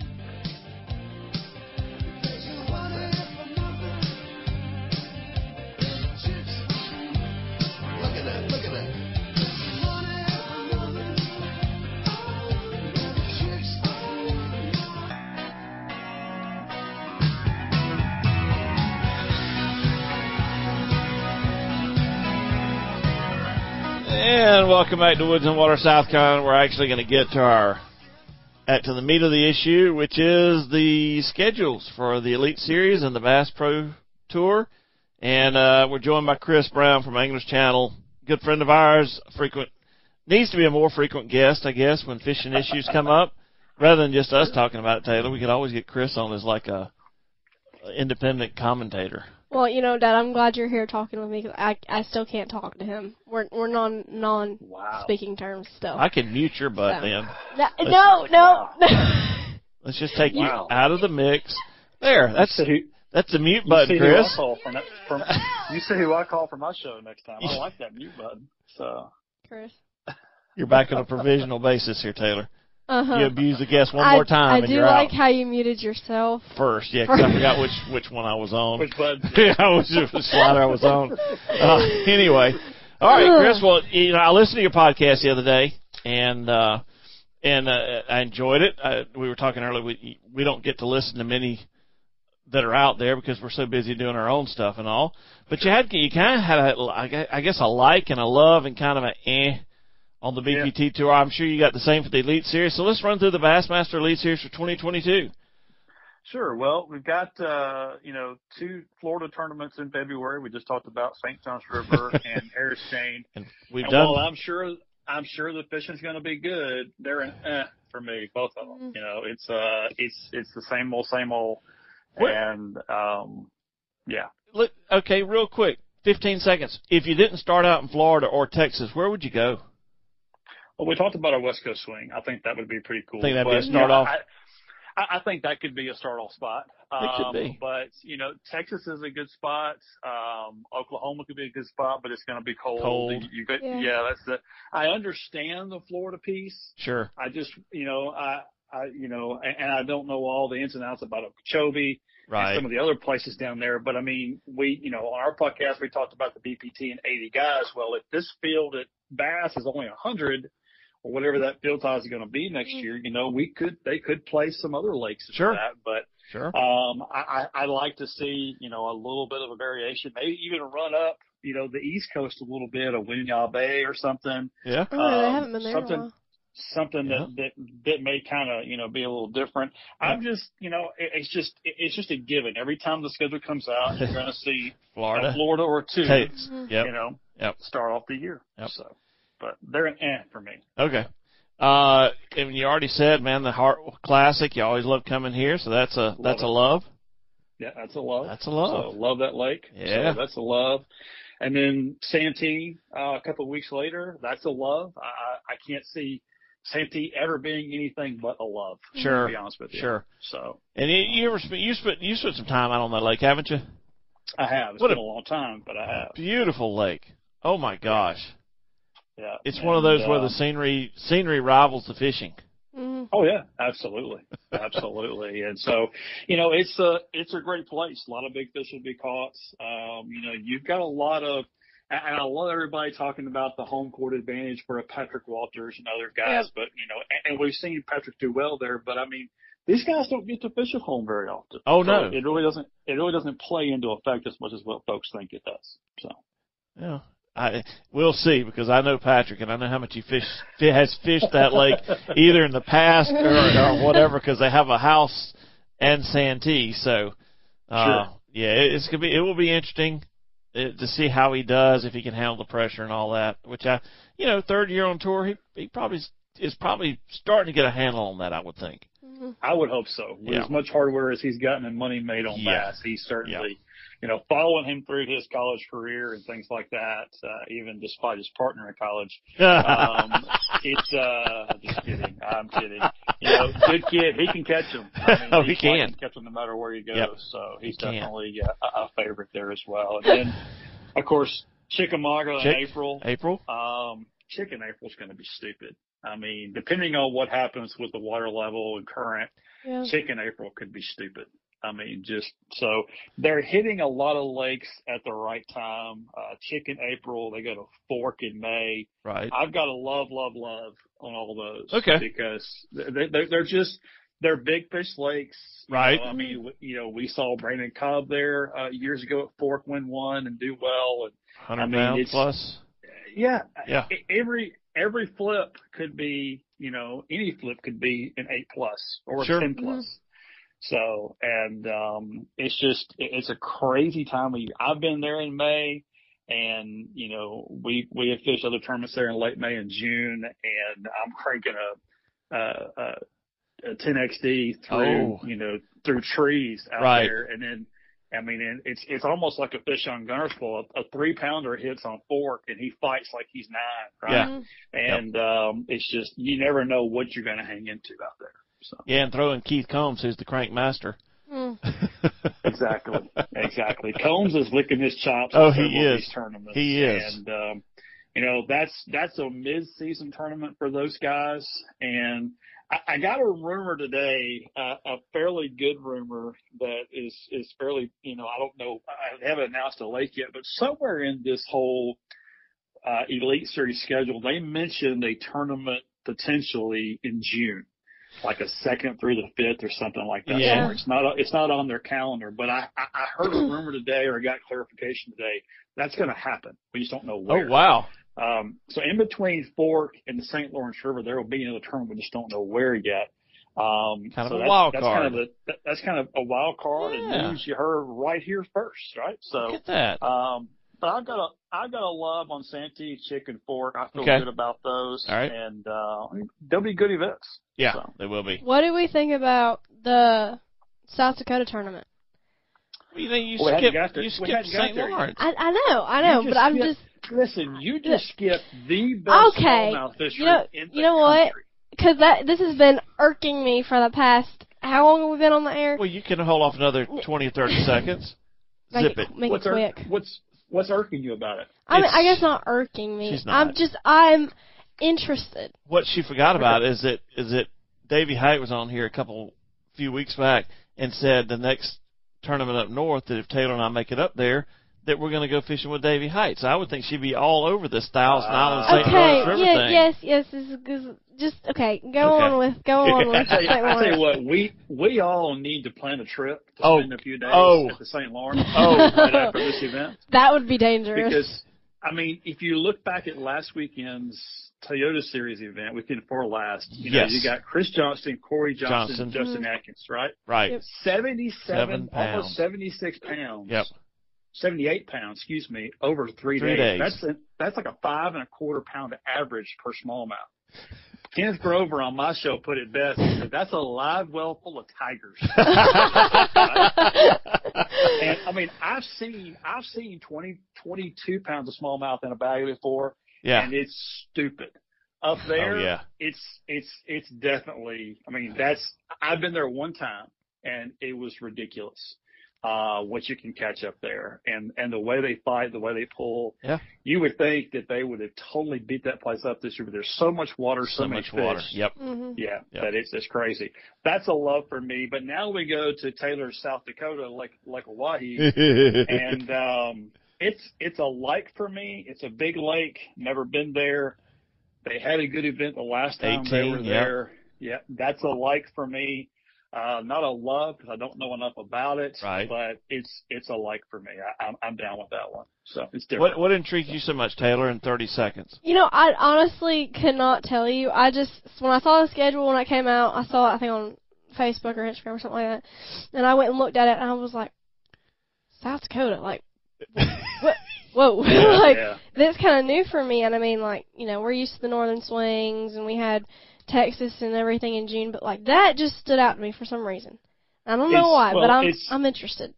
Speaker 2: And welcome back to Woods and Water South Carolina. We're actually going to get to our at to the meat of the issue, which is the schedules for the Elite Series and the Bass Pro Tour. And uh, we're joined by Chris Brown from Anglers Channel, good friend of ours, frequent needs to be a more frequent guest, I guess, when fishing issues come up. Rather than just us talking about it, Taylor, we could always get Chris on as like a, a independent commentator.
Speaker 3: Well, you know, Dad, I'm glad you're here talking with me 'cause I I still can't talk to him. We're we're non non
Speaker 4: wow.
Speaker 3: speaking terms still.
Speaker 2: I can mute your butt,
Speaker 3: So.
Speaker 2: man.
Speaker 3: no, no, no.
Speaker 2: Let's just take
Speaker 4: Wow.
Speaker 2: you out of the mix. There, that's
Speaker 4: So who-
Speaker 2: That's the mute
Speaker 4: you see
Speaker 2: button,
Speaker 4: who I
Speaker 2: Chris.
Speaker 4: call for my- for my- you see who I call for my show next time. I like that mute button. So
Speaker 3: (laughs) Chris.
Speaker 2: You're back on a provisional basis here, Taylor.
Speaker 3: Uh
Speaker 2: You
Speaker 3: huh.
Speaker 2: abuse the guest one
Speaker 3: I,
Speaker 2: more time,
Speaker 3: Uh-huh. I
Speaker 2: and
Speaker 3: do
Speaker 2: you're
Speaker 3: like
Speaker 2: out
Speaker 3: how you muted yourself.
Speaker 2: first. Yeah, 'cause I forgot which which one I was on.
Speaker 4: which button?
Speaker 2: (laughs) yeah, I was which slider I was on. Uh, anyway, all right, Chris. Well, you know, I listened to your podcast the other day, and uh, and uh, I enjoyed it. I, we were talking earlier. We we don't get to listen to many that are out there because we're so busy doing our own stuff and all. But you had you kind of had a, I gue- I guess a like and a love and kind of an eh on the BPT tour. I'm sure you got the same for the Elite Series. So let's run through the Bassmaster Elite Series for 2022.
Speaker 4: Sure. Well, we've got uh, you know two Florida
Speaker 2: (laughs)
Speaker 4: tournaments in February. We just talked about St. Johns River and Harris Chain.
Speaker 2: And we've
Speaker 4: And
Speaker 2: done
Speaker 4: while I'm sure I'm sure the fishing's going to be good. They're an eh for me, both of them. You know, it's uh, it's it's the same old, same old,
Speaker 2: What-
Speaker 4: and um, yeah.
Speaker 2: Look, okay, real quick, 15 seconds. If you didn't start out in Florida or Texas, where would you go?
Speaker 4: Well, we talked about a West Coast swing. I think that would be pretty cool.
Speaker 2: Think that'd be a
Speaker 4: But,
Speaker 2: start
Speaker 4: yeah,
Speaker 2: off?
Speaker 4: I, I, I think that could be a start off spot.
Speaker 2: It could
Speaker 4: Um,
Speaker 2: be.
Speaker 4: But you know, Texas is a good spot. Um, Oklahoma could be a good spot, but it's going to be cold.
Speaker 2: Cold.
Speaker 4: You, you could,
Speaker 3: Yeah.
Speaker 4: yeah. that's the. I understand the Florida piece.
Speaker 2: Sure.
Speaker 4: I just, you know, I, I, you know, and, and I don't know all the ins and outs about Okeechobee and
Speaker 2: Right.
Speaker 4: some of the other places down there. But I mean, we, you know, on our podcast, we talked about the BPT and 80 guys. Well, if this field at Bass is only 100 or whatever that field size is going to be next year, you know, we could, they could play some other lakes. and
Speaker 2: Sure.
Speaker 4: That, but
Speaker 2: Sure.
Speaker 4: um, I, I, I like to see, you know, a little bit of a variation, maybe even run up, you know, the East Coast a little bit of Winyah Bay or something,
Speaker 2: Yeah.
Speaker 3: Oh, no, they
Speaker 4: Um,
Speaker 3: haven't been there in a
Speaker 4: something-
Speaker 3: while.
Speaker 4: something that, that, that may kind of, you know, be a little different. I'm just, you know, it, it's just, it, it's just a given. Every time the schedule comes out,
Speaker 2: (laughs)
Speaker 4: you're going to see
Speaker 2: Florida.
Speaker 4: a Florida or two,
Speaker 2: Texas. Yep.
Speaker 4: you know,
Speaker 2: Yep.
Speaker 4: start off the year.
Speaker 2: Yep.
Speaker 4: So, but they're an eh for me.
Speaker 2: Okay. Uh, and you already said, man, the Heart Classic. You always love coming here, so that's a that's a love.
Speaker 4: Yeah, that's a love.
Speaker 2: That's a love.
Speaker 4: So, love that lake.
Speaker 2: Yeah.
Speaker 4: So that's a love. And then Santee, uh, a couple of weeks later, that's a love. I, I, I can't see Santee ever being anything but a love.
Speaker 2: Sure.
Speaker 4: To be honest with you.
Speaker 2: Sure.
Speaker 4: So
Speaker 2: And you, you ever spent you spent you spent some time out on that lake, haven't you?
Speaker 4: I have. It's
Speaker 2: What a-
Speaker 4: been a, long time, but I have.
Speaker 2: Beautiful lake. Oh my gosh,
Speaker 4: Yeah.
Speaker 2: it's one of those
Speaker 4: And,
Speaker 2: where
Speaker 4: uh,
Speaker 2: the scenery scenery rivals the fishing.
Speaker 3: Mhm.
Speaker 4: Oh yeah, absolutely, absolutely. And so, you know, it's a it's a great place. A lot of big fish will be caught. Um, you know, you've got a lot of, and and I love everybody talking about the home court advantage for a Patrick Walters and other guys. But you know, and, and we've seen Patrick do well there. But I mean, these guys don't get to fish at home very often.
Speaker 2: Oh,
Speaker 4: So
Speaker 2: no.
Speaker 4: it really doesn't. It really doesn't play into effect as much as what folks think it does. So.
Speaker 2: Yeah. I we'll see because I know Patrick and I know how much he fish fi- has fished that
Speaker 4: (laughs)
Speaker 2: lake either in the past or, or whatever because they have a house and Santee. So uh,
Speaker 4: Sure.
Speaker 2: yeah, it, it's gonna be it will be interesting uh, to see how he does if he can handle the pressure and all that. Which I you know third year on tour he he probably is, is probably starting to get a handle on that I would think.
Speaker 4: (laughs) I would hope so. With
Speaker 2: Yeah.
Speaker 4: as much hardware as he's gotten and money made on
Speaker 2: Yeah.
Speaker 4: Bass, he's certainly,
Speaker 2: Yeah.
Speaker 4: you know, following him through his college career and things like that. Uh, even despite his partner in college,
Speaker 2: (laughs)
Speaker 4: um, it's uh, just kidding. I'm kidding. You know, good kid. He can catch him.
Speaker 2: (laughs) Oh,
Speaker 4: he's
Speaker 2: he
Speaker 4: like-
Speaker 2: can.
Speaker 4: he catch him no matter where he goes.
Speaker 2: Yep.
Speaker 4: So he's
Speaker 2: He can.
Speaker 4: definitely uh, a, a favorite there as well. And then, of course, Chickamauga
Speaker 2: Chick-
Speaker 4: in April.
Speaker 2: April.
Speaker 4: Um, chicken April's going to be stupid. I mean, depending on what happens with the water level and current,
Speaker 3: Yeah.
Speaker 4: chicken April could be stupid. I mean, just so they're hitting a lot of lakes at the right time. Uh, chicken April, they go to Fork in May.
Speaker 2: Right.
Speaker 4: I've got a love, love, love on all those.
Speaker 2: Okay.
Speaker 4: Because they, they, they're just, they're big fish lakes. you
Speaker 2: Right.
Speaker 4: know. I mean, w- you know, we saw Brandon Cobb there uh, years ago at Fork win one and do well. And
Speaker 2: Hundred
Speaker 4: I mean,
Speaker 2: pounds
Speaker 4: it's-
Speaker 2: plus.
Speaker 4: yeah.
Speaker 2: Yeah.
Speaker 4: e- Every every flip could be, you know, any flip could be an eight plus or a
Speaker 2: Sure.
Speaker 4: ten plus. So and um it's just it- it's a crazy time of year. I've been there in May and you know, we we have fished other tournaments there in late May and June and I'm cranking a uh uh a 10xd through
Speaker 2: Oh.
Speaker 4: you know through trees out
Speaker 2: Right.
Speaker 4: there and then I mean, and it's it's almost like a fish on gunner's pole. A, three pounder hits on fork, and he fights like he's nine, right?
Speaker 3: Mhm.
Speaker 4: And um, it's just you never know what you're going to hang into out there. So
Speaker 2: Yeah, and throw in Keith Combs, who's the crank master. (laughs)
Speaker 3: Mm.
Speaker 4: exactly, exactly. Combs is licking his chops.
Speaker 2: Oh,
Speaker 4: in
Speaker 2: he
Speaker 4: several of
Speaker 2: is.
Speaker 4: These tournaments.
Speaker 2: He is.
Speaker 4: And um, you know that's that's a mid-season tournament for those guys. And I, I got a rumor today, uh, a fairly good rumor that is is fairly you know I don't know I haven't announced a lake yet, but somewhere in this whole uh, Elite Series schedule, they mentioned a tournament potentially in June, like a second through the fifth or something like that.
Speaker 2: Yeah.
Speaker 4: somewhere. It's not it's not on their calendar, but I I, I heard a rumor today or got clarification today that's going to happen. We just don't know
Speaker 2: Oh
Speaker 4: where.
Speaker 2: wow.
Speaker 4: Um, so in between Fork and the St. Lawrence River, there will be another tournament. We just don't know where yet. Um,
Speaker 2: Kind of
Speaker 4: so
Speaker 2: a
Speaker 4: that's,
Speaker 2: wild
Speaker 4: that's
Speaker 2: card.
Speaker 4: Kind of a, that- that's kind of a wild card,
Speaker 2: Yeah.
Speaker 4: and news you heard right here first, right? So
Speaker 2: Look at that.
Speaker 4: um, But I've got a I've got a love on Santee Chicken Fork. I feel
Speaker 2: Okay.
Speaker 4: good about those.
Speaker 2: All right.
Speaker 4: And uh, they'll be good events.
Speaker 2: Yeah,
Speaker 4: So.
Speaker 2: they will be.
Speaker 3: What do we think about the South Dakota tournament?
Speaker 2: You, know, you
Speaker 4: Well, we hadn't
Speaker 2: skipped,
Speaker 4: got there-
Speaker 2: you
Speaker 4: we
Speaker 2: skipped
Speaker 4: hadn't got
Speaker 2: St.
Speaker 4: there yet.
Speaker 2: Lawrence.
Speaker 3: I I know, I know,
Speaker 4: You
Speaker 3: but I'm
Speaker 4: (laughs) skipped-
Speaker 3: just
Speaker 4: listen. You just skipped the best
Speaker 3: Okay.
Speaker 4: smallmouth fishery
Speaker 3: You know-
Speaker 4: in the
Speaker 3: you know what?
Speaker 4: country.
Speaker 3: because that this has been irking me for the past. How long have we been on the air?
Speaker 2: Well, you can hold off another 20 or
Speaker 3: (laughs)
Speaker 2: 30 seconds.
Speaker 3: make
Speaker 2: Zip it.
Speaker 3: Make
Speaker 4: What's
Speaker 3: it
Speaker 4: irk-
Speaker 3: quick.
Speaker 4: what's what's irking you about
Speaker 3: (laughs)
Speaker 4: it?
Speaker 3: I mean, I
Speaker 2: It's-
Speaker 3: guess not irking me.
Speaker 2: She's not.
Speaker 3: I'm just I'm interested.
Speaker 2: What she forgot about is that is that Davy Hite was on here a couple few weeks back and said the next tournament up north that if Taylor and I make it up there that we're going to go fishing with Davy Heights. I would think she'd be all over this Thousand Island St.
Speaker 3: Okay.
Speaker 2: Lawrence River
Speaker 3: Yeah.
Speaker 2: thing.
Speaker 3: Yes. Yes. This is, this is just okay. Go
Speaker 2: Okay.
Speaker 3: on with.
Speaker 2: (laughs)
Speaker 3: Go on
Speaker 4: I
Speaker 3: with.
Speaker 4: tell, you, I tell you
Speaker 3: Lawrence.
Speaker 4: what, we we all need to plan a trip to
Speaker 2: Oh.
Speaker 4: spend a few days
Speaker 2: Oh.
Speaker 4: at the St. Lawrence
Speaker 2: Oh.
Speaker 4: right after this event.
Speaker 3: That would be dangerous.
Speaker 4: Because I mean, if you look back at last weekend's Toyota Series event, weekend before last, you know,
Speaker 2: Yes.
Speaker 4: you got Chris Johnston, Corey Johnson,
Speaker 2: Johnson.
Speaker 4: Justin Atkins, right?
Speaker 2: Right.
Speaker 3: Yep.
Speaker 4: Seventy-seven,
Speaker 2: Seven
Speaker 4: almost
Speaker 2: pounds.
Speaker 4: seventy-six pounds.
Speaker 2: Yep.
Speaker 4: 78 pounds, excuse me, over three,
Speaker 2: Three days.
Speaker 4: days. That's a, that's like a five and a quarter pound average per smallmouth. Kenneth Grover on my show put it best. He said, that's a live well full of
Speaker 2: (laughs)
Speaker 4: tigers.
Speaker 3: (laughs)
Speaker 4: (laughs) and I mean, I've seen I've seen 20, 22 pounds of smallmouth in a bag before,
Speaker 2: Yeah.
Speaker 4: and it's stupid. Up there,
Speaker 2: Oh, yeah.
Speaker 4: it's it's it's definitely. I mean, that's I've been there one time, and it was ridiculous. Uh, what you can catch up there, and and the way they fight, the way they pull,
Speaker 2: Yeah.
Speaker 4: you would think that they would have totally beat that place up this year. But there's so much water, so,
Speaker 2: So
Speaker 4: many
Speaker 2: much water.
Speaker 4: fish.
Speaker 2: Yep.
Speaker 3: hmm
Speaker 4: Yeah,
Speaker 2: Yeah.
Speaker 4: that it's just crazy. That's a love for me. But now we go to Taylor, South Dakota, like
Speaker 2: (laughs)
Speaker 4: like Hawaii, and um, it's it's a lake for me. It's a big lake. Never been there. They had a good event the last time they
Speaker 2: 18,
Speaker 4: were
Speaker 2: yeah.
Speaker 4: there. Yeah, that's a like for me. Uh, not a love because I don't know enough about it.
Speaker 2: Right.
Speaker 4: But it's it's a like for me. I, I'm I'm down with that one. So it's different.
Speaker 2: What what intrigued you so much, Taylor, in 30 seconds?
Speaker 3: You know, I honestly could not tell you. I just when I saw the schedule when I came out, I saw it, I think on Facebook or Instagram or something like that, and I went and looked at it and I was like, South Dakota,
Speaker 4: (laughs)
Speaker 3: like, what? (laughs) Whoa, like
Speaker 4: yeah.
Speaker 3: that's kind of new for me. And I mean, like you know, we're used to the northern swings and we had Texas and everything in June, but like that just stood out to me for some reason. I don't know
Speaker 4: It's-
Speaker 3: why,
Speaker 4: well,
Speaker 3: but I'm
Speaker 4: it's-
Speaker 3: I'm interested.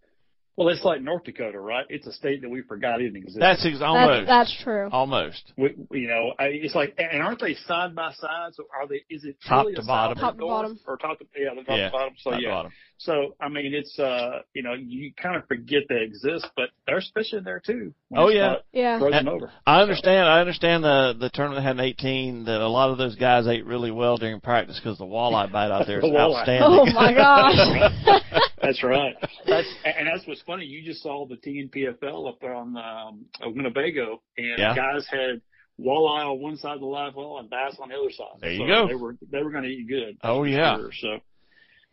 Speaker 4: Well, it's like North Dakota, right? It's a state that we forgot even existed.
Speaker 2: That's ex- almost
Speaker 3: That's that's true.
Speaker 2: almost.
Speaker 4: we, you know, I, it's like, and aren't they side by side? So are they? Is it
Speaker 2: Top
Speaker 4: really
Speaker 2: to
Speaker 4: a
Speaker 2: bottom.
Speaker 4: south
Speaker 3: Top to
Speaker 4: door?
Speaker 3: bottom.
Speaker 4: or top to yeah, the top
Speaker 2: Yeah,
Speaker 4: to bottom. So
Speaker 2: Top to
Speaker 4: yeah,
Speaker 2: bottom.
Speaker 4: so I mean, it's uh, you know, you kind of forget they exist, but there's fish in there too. when
Speaker 2: Oh,
Speaker 4: it's
Speaker 2: yeah. Uh,
Speaker 4: not
Speaker 3: Yeah.
Speaker 4: frozen over.
Speaker 2: I understand. I understand the the tournament had an 18. That a lot of those guys ate really well during practice because the walleye bite
Speaker 4: (laughs)
Speaker 2: out there is
Speaker 4: The walleye.
Speaker 2: outstanding.
Speaker 3: Oh
Speaker 4: (laughs)
Speaker 3: my gosh. (laughs)
Speaker 4: That's right. That's and that's what's funny. You just saw the TNPFL up there on um, Winnebago, and
Speaker 2: Yeah.
Speaker 4: guys had walleye on one side of the live well and bass on the other side.
Speaker 2: There you
Speaker 4: So
Speaker 2: go.
Speaker 4: They were they were going to eat good.
Speaker 2: Oh,
Speaker 4: for
Speaker 2: yeah.
Speaker 4: sure. So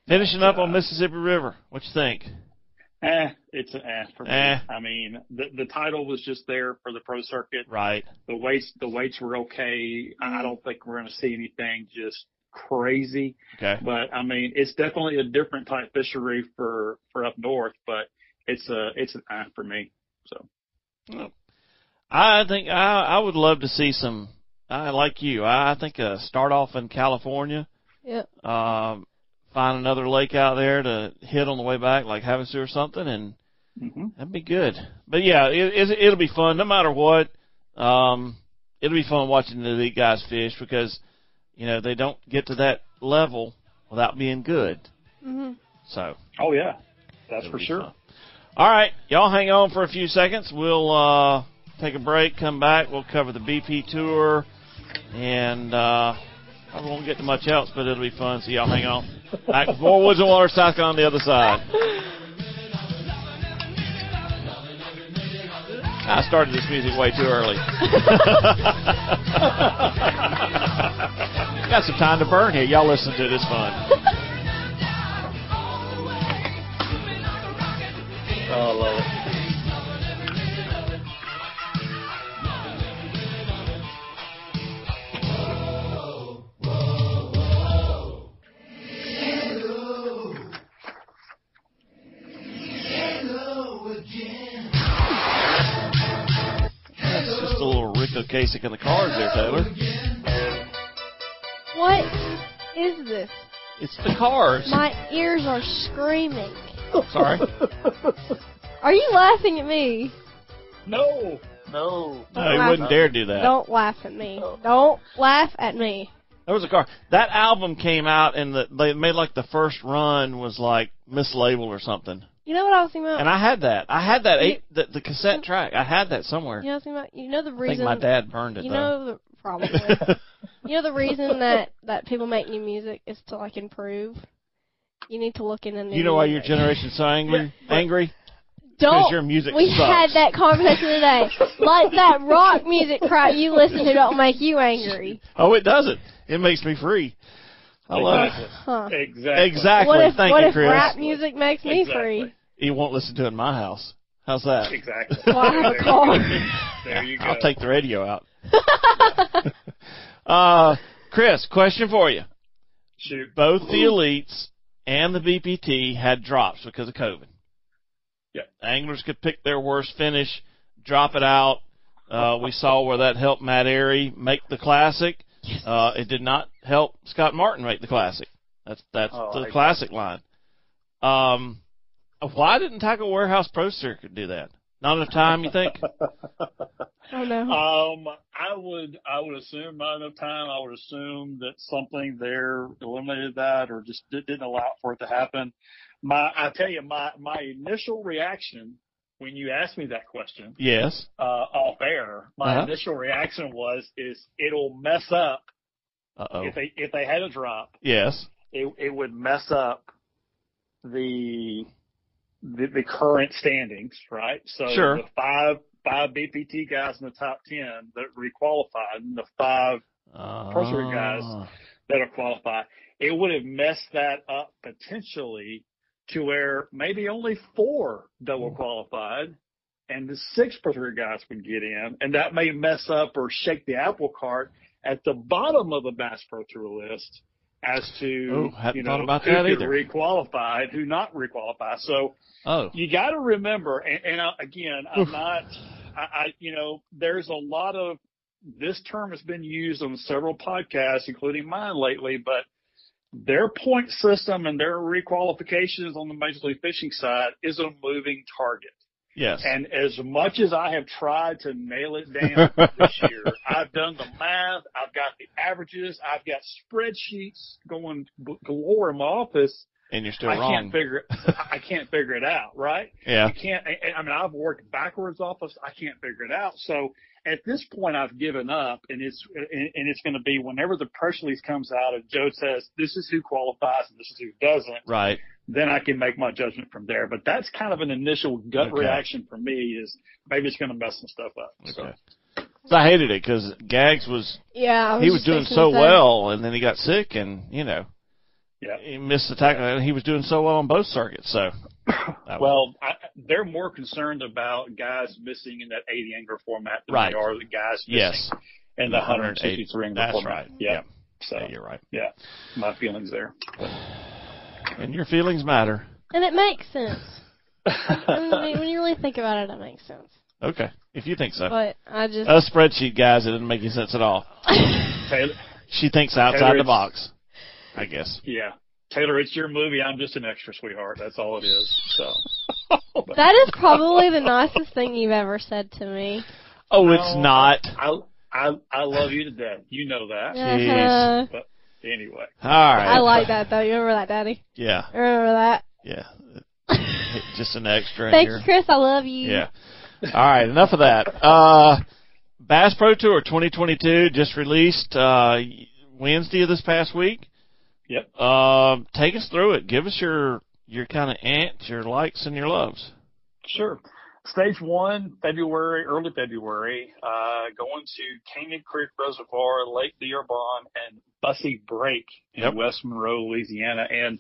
Speaker 2: Finishing up on Mississippi River. What you think?
Speaker 4: Eh, it's an eh for me.
Speaker 2: Eh.
Speaker 4: I mean, the the title was just there for the pro circuit.
Speaker 2: Right.
Speaker 4: The weights the weights were okay. I I don't think we're going to see anything just crazy,
Speaker 2: Okay.
Speaker 4: but I mean, it's definitely a different type fishery for for up north. But it's a it's an eh for me. So
Speaker 2: I think I I would love to see some. I like you. I, I think uh, start off in California.
Speaker 3: yeah.
Speaker 2: Um, find another lake out there to hit on the way back, like Havasu or something, and
Speaker 4: hmm
Speaker 2: That'd be good. But yeah, it, it's, it'll be fun no matter what. Um, it'll be fun watching the elite guys fish because, you know, they don't get to that level without being good.
Speaker 3: hmm
Speaker 2: So
Speaker 4: oh yeah, that's
Speaker 2: it'll
Speaker 4: for
Speaker 2: be
Speaker 4: sure.
Speaker 2: fun. All right, y'all hang on for a few seconds. We'll uh, take a break, come back. We'll cover the BP tour, and uh, I won't get to much else, but it'll be fun. So y'all hang on. Back with more Woods and Water South on the other side. I started this music way too early. (laughs) Got some time to burn here. Y'all listen to it. It's fun.
Speaker 4: Oh, I love it.
Speaker 2: Rico Kasich in the cards there, Taylor.
Speaker 3: What is this?
Speaker 2: It's the cards.
Speaker 3: My ears are screaming.
Speaker 2: Sorry.
Speaker 3: Are you laughing at me?
Speaker 4: No, no.
Speaker 2: No, he wouldn't dare do that.
Speaker 3: Don't laugh at me. Don't laugh at me.
Speaker 2: There was a car. That album came out, and the, they made like the first run was like mislabeled or something.
Speaker 3: You know what I was thinking about?
Speaker 2: And I had that. I had that eight, the, the cassette track. I had that somewhere.
Speaker 3: you know, what I was thinking about, you know the
Speaker 2: I think
Speaker 3: reason.
Speaker 2: my dad burned it
Speaker 3: you
Speaker 2: though.
Speaker 3: know the probably.
Speaker 2: (laughs)
Speaker 3: you know the reason that that people make new music is to like improve. You need to look into. new
Speaker 2: you know why your
Speaker 3: music.
Speaker 2: generation's so
Speaker 3: (laughs)
Speaker 2: angry? Angry?
Speaker 3: Don't.
Speaker 2: your music
Speaker 3: we
Speaker 2: sucks.
Speaker 3: had that conversation today. like that rock music crap you listen to don't make
Speaker 2: (laughs)
Speaker 3: you angry.
Speaker 2: Oh, it doesn't. It makes me free. I love it.
Speaker 3: Huh.
Speaker 4: Exactly.
Speaker 2: Exactly.
Speaker 3: What if
Speaker 2: Thank
Speaker 3: what
Speaker 2: you,
Speaker 3: if
Speaker 2: Chris.
Speaker 3: rap music makes me
Speaker 4: Exactly.
Speaker 3: free?
Speaker 2: You won't listen to it in my house. How's that?
Speaker 4: Exactly.
Speaker 3: Well, I have
Speaker 2: (laughs)
Speaker 3: a car.
Speaker 4: There you go.
Speaker 2: I'll take the radio out. (laughs) uh, Chris, question for you.
Speaker 4: Shoot.
Speaker 2: both the elites and the BPT had drops because of COVID.
Speaker 4: Yeah.
Speaker 2: Anglers could pick their worst finish, drop it out. Uh, we saw where that helped Matt Airy make the classic. Uh, it did not help Scott Martin make the classic. That's that's
Speaker 4: Oh,
Speaker 2: the
Speaker 4: I-
Speaker 2: classic line. Um, why didn't Tackle Warehouse Pro Circuit do that? Not enough time, you
Speaker 4: (laughs)
Speaker 2: think?
Speaker 3: Oh no.
Speaker 4: Um, I would, I would assume not enough time. I would assume that something there eliminated that, or just di- didn't allow for it to happen. My, I tell you, my my initial reaction when you asked me that question
Speaker 2: yes.
Speaker 4: uh, off air, my
Speaker 2: Uh-huh.
Speaker 4: initial reaction was, is it'll mess up
Speaker 2: Uh oh.
Speaker 4: if they if they had a drop,
Speaker 2: Yes.
Speaker 4: it it would mess up the the, the current standings, right? So
Speaker 2: Sure.
Speaker 4: the five five BPT guys in the top ten that requalified and the five
Speaker 2: Uh,
Speaker 4: Pro Circuit guys.
Speaker 2: Ah.
Speaker 4: that are qualified, it would have messed that up potentially to where maybe only four double
Speaker 2: Mm.
Speaker 4: qualified and the six Pro Circuit guys would get in, and that may mess up or shake the apple cart at the bottom of the Bass Pro Tour list as to
Speaker 2: Ooh, Oh, hadn't
Speaker 4: you
Speaker 2: thought
Speaker 4: know
Speaker 2: about
Speaker 4: who
Speaker 2: that
Speaker 4: could
Speaker 2: either.
Speaker 4: requalified, who not requalified. So
Speaker 2: Oh.
Speaker 4: you got to remember, and, and I, again, I'm not, I, I, you know, there's a lot of this term has been used on several podcasts, including mine lately, but their point system and their requalifications on the Major League Fishing side is a moving target.
Speaker 2: Yes.
Speaker 4: And as much as I have tried to nail it down for this year, I've done the math, I've got the averages, I've got spreadsheets going galore in my office.
Speaker 2: and you're still
Speaker 4: I
Speaker 2: wrong.
Speaker 4: can't figure it, I can't figure it out, right?
Speaker 2: yeah.
Speaker 4: I can't. I- I mean, I've worked backwards off of. I can't figure it out. So at this point, I've given up, and it's and and it's going to be whenever the press release comes out and Joe says this is who qualifies and this is who doesn't.
Speaker 2: Right.
Speaker 4: Then I can make my judgment from there. But that's kind of an initial gut
Speaker 2: Okay.
Speaker 4: reaction for me is maybe it's going to mess some stuff up. So.
Speaker 2: Okay. So I hated it because Gags was
Speaker 3: Yeah, I was
Speaker 2: he was
Speaker 3: just
Speaker 2: doing
Speaker 3: fixing
Speaker 2: so
Speaker 3: to say-
Speaker 2: well, and then he got sick, and you know
Speaker 4: Yeah.
Speaker 2: he missed the tackle, and he was doing so well on both circuits. (coughs) So that was-
Speaker 4: Well, I, they're more concerned about guys missing in that 80 anger format than
Speaker 2: Right.
Speaker 4: they are the guys missing
Speaker 2: yes,
Speaker 4: in the
Speaker 2: 180.
Speaker 4: 163 anger
Speaker 2: That's
Speaker 4: format.
Speaker 2: right.
Speaker 4: Yeah.
Speaker 2: Yeah.
Speaker 4: So
Speaker 2: Yeah, you're right,
Speaker 4: yeah, my feelings there.
Speaker 2: and your feelings matter.
Speaker 3: And it makes sense. I mean, when you really think about it, it makes sense.
Speaker 2: Okay, if you think so.
Speaker 3: But I just
Speaker 2: Us spreadsheet guys, it doesn't make any sense at all.
Speaker 4: Taylor,
Speaker 2: She thinks outside
Speaker 4: Heather,
Speaker 2: the
Speaker 4: it's-
Speaker 2: box. I guess.
Speaker 4: yeah, Taylor, it's your movie. I'm just an extra, sweetheart. That's all it is. So
Speaker 3: that is probably the nicest thing you've ever said to me.
Speaker 2: Oh, it's not.
Speaker 4: I I I love you to death. You know that.
Speaker 3: Uh-huh.
Speaker 2: Jeez.
Speaker 4: But anyway,
Speaker 2: All right.
Speaker 3: I like that though. You remember that, Daddy?
Speaker 2: Yeah,
Speaker 3: You remember that? (laughs)
Speaker 2: yeah. Just an extra. in
Speaker 3: Thank
Speaker 2: here.
Speaker 3: you, Chris. I love you.
Speaker 2: Yeah. All right, enough of that. Uh, Bass Pro Tour 2022 just released uh, Wednesday of this past week.
Speaker 4: Yep.
Speaker 2: Uh, take us through it. Give us your your kind of ants, your likes, and your loves.
Speaker 4: sure. Stage one, February, early February, uh, going to Canyon Creek Reservoir, Lake Dearborn, and Bussy Break in
Speaker 2: Yep.
Speaker 4: West Monroe, Louisiana. And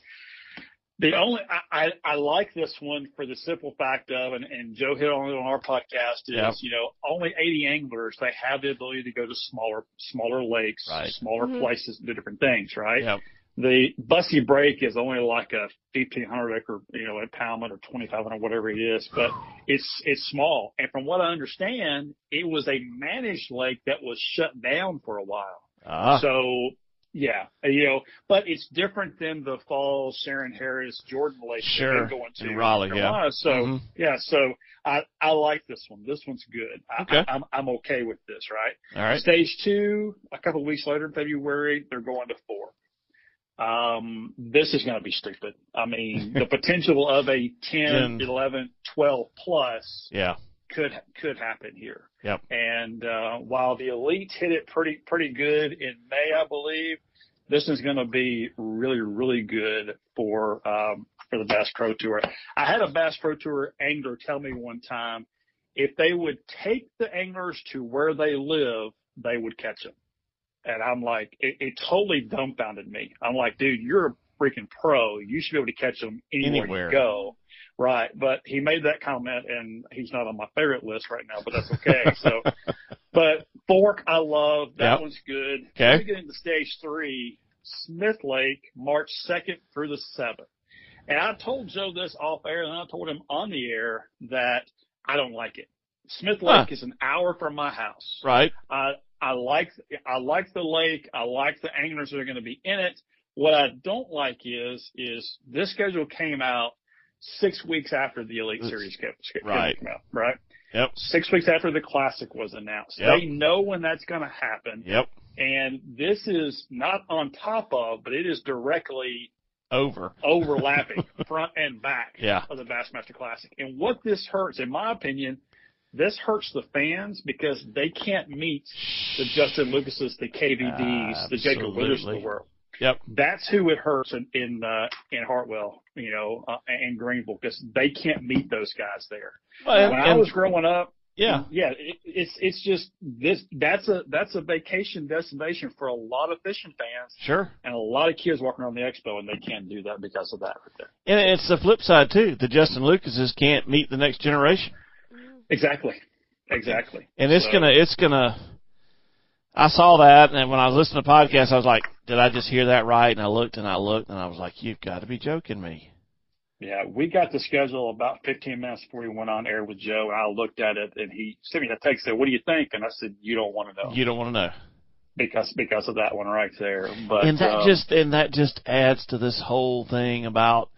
Speaker 4: the only I, I, I like this one for the simple fact of, and, and Joe hit on it on our podcast is,
Speaker 2: Yep.
Speaker 4: you know, only 80 anglers they have the ability to go to smaller smaller lakes,
Speaker 2: Right.
Speaker 4: smaller
Speaker 3: Mhm.
Speaker 4: places, do different things, right?
Speaker 2: Yep.
Speaker 4: The Bussy Break is only like a 1,500 acre, you know, impoundment or 2,500, whatever it is, but it's it's small. And from what I understand, it was a managed lake that was shut down for a while. Uh-huh.
Speaker 2: Ah,
Speaker 4: So yeah, you know, but it's different than the Falls, Sharon Harris, Jordan Lake
Speaker 2: Sure.
Speaker 4: that they're going to
Speaker 2: In Raleigh, yeah.
Speaker 4: Carolina. So
Speaker 2: Mhm.
Speaker 4: yeah, so I I like this one. This one's good. I,
Speaker 2: Okay.
Speaker 4: I, I'm I'm okay with this, right?
Speaker 2: all right.
Speaker 4: Stage two, a couple weeks later in February, they're going to four. Um, this is going to be stupid. I
Speaker 2: (laughs)
Speaker 4: mean, the potential of a 10,
Speaker 2: Ten.
Speaker 4: 11, 12 plus
Speaker 2: Yeah.
Speaker 4: could could happen here.
Speaker 2: Yep.
Speaker 4: And uh, while the elites hit it pretty pretty good in May, I believe this is going to be really really good for um, for the Bass Pro Tour. I had a Bass Pro Tour angler tell me one time if they would take the anglers to where they live, they would catch them. And I'm like, it, it totally dumbfounded me. I'm like, dude, you're a freaking pro. You should be able to catch them anywhere,
Speaker 2: Anywhere.
Speaker 4: you go. Right. But he made that comment and he's not on my favorite list right now, but that's okay.
Speaker 2: (laughs)
Speaker 4: so, but Fork, I love. That
Speaker 2: Yep.
Speaker 4: one's good.
Speaker 2: Okay.
Speaker 4: We get into stage three, Smith Lake, March 2nd through the 7th. And I told Joe this off air and I told him on the air that I don't like it. Smith
Speaker 2: Huh.
Speaker 4: Lake is an hour from my house.
Speaker 2: Right.
Speaker 4: I I like I like the lake. I like the anglers that are going to be in it. What I don't like is is this schedule came out six weeks after the Elite
Speaker 2: This-
Speaker 4: Series schedule
Speaker 2: right.
Speaker 4: came out, right?
Speaker 2: Yep.
Speaker 4: Six weeks after the Classic was announced.
Speaker 2: Yep.
Speaker 4: They know when that's going to happen,
Speaker 2: Yep.
Speaker 4: and this is not on top of, but it is directly
Speaker 2: Over.
Speaker 4: overlapping (laughs) front and back
Speaker 2: Yeah.
Speaker 4: of the Bassmaster Classic. And what this hurts, in my opinion, this hurts the fans because they can't meet the Justin Lucases, the KVDs, the Jacob Withers of
Speaker 2: Absolutely.
Speaker 4: the world.
Speaker 2: Yep.
Speaker 4: That's who it hurts in in, uh, in Hartwell, you know, uh, and Greenville because they can't meet those guys there.
Speaker 2: Well,
Speaker 4: when
Speaker 2: and-
Speaker 4: I
Speaker 2: and-
Speaker 4: was growing up,
Speaker 2: yeah.
Speaker 4: yeah, it, it's it's just this. That's a that's a vacation destination for a lot of fishing fans
Speaker 2: Sure.
Speaker 4: and a lot of kids walking around the expo, and they can't do that because of that right there.
Speaker 2: And it's the flip side too. The Justin Lucases can't meet the next generation,
Speaker 4: Exactly. Exactly.
Speaker 2: and it's
Speaker 4: So-
Speaker 2: gonna, it's gonna. I saw that, and when I was listening to podcasts, I was like, "Did I just hear that right?" And I looked, and I looked, and I was like, "You've got to be joking me."
Speaker 4: Yeah, we got the schedule about 15 minutes before we went on air with Joe, and I looked at it, and he sent me a text said, "What do you think?" And I said, "You don't want to know
Speaker 2: You don't want to know.
Speaker 4: because because of that one right there." But
Speaker 2: and that
Speaker 4: um,
Speaker 2: just and that just adds to this whole thing about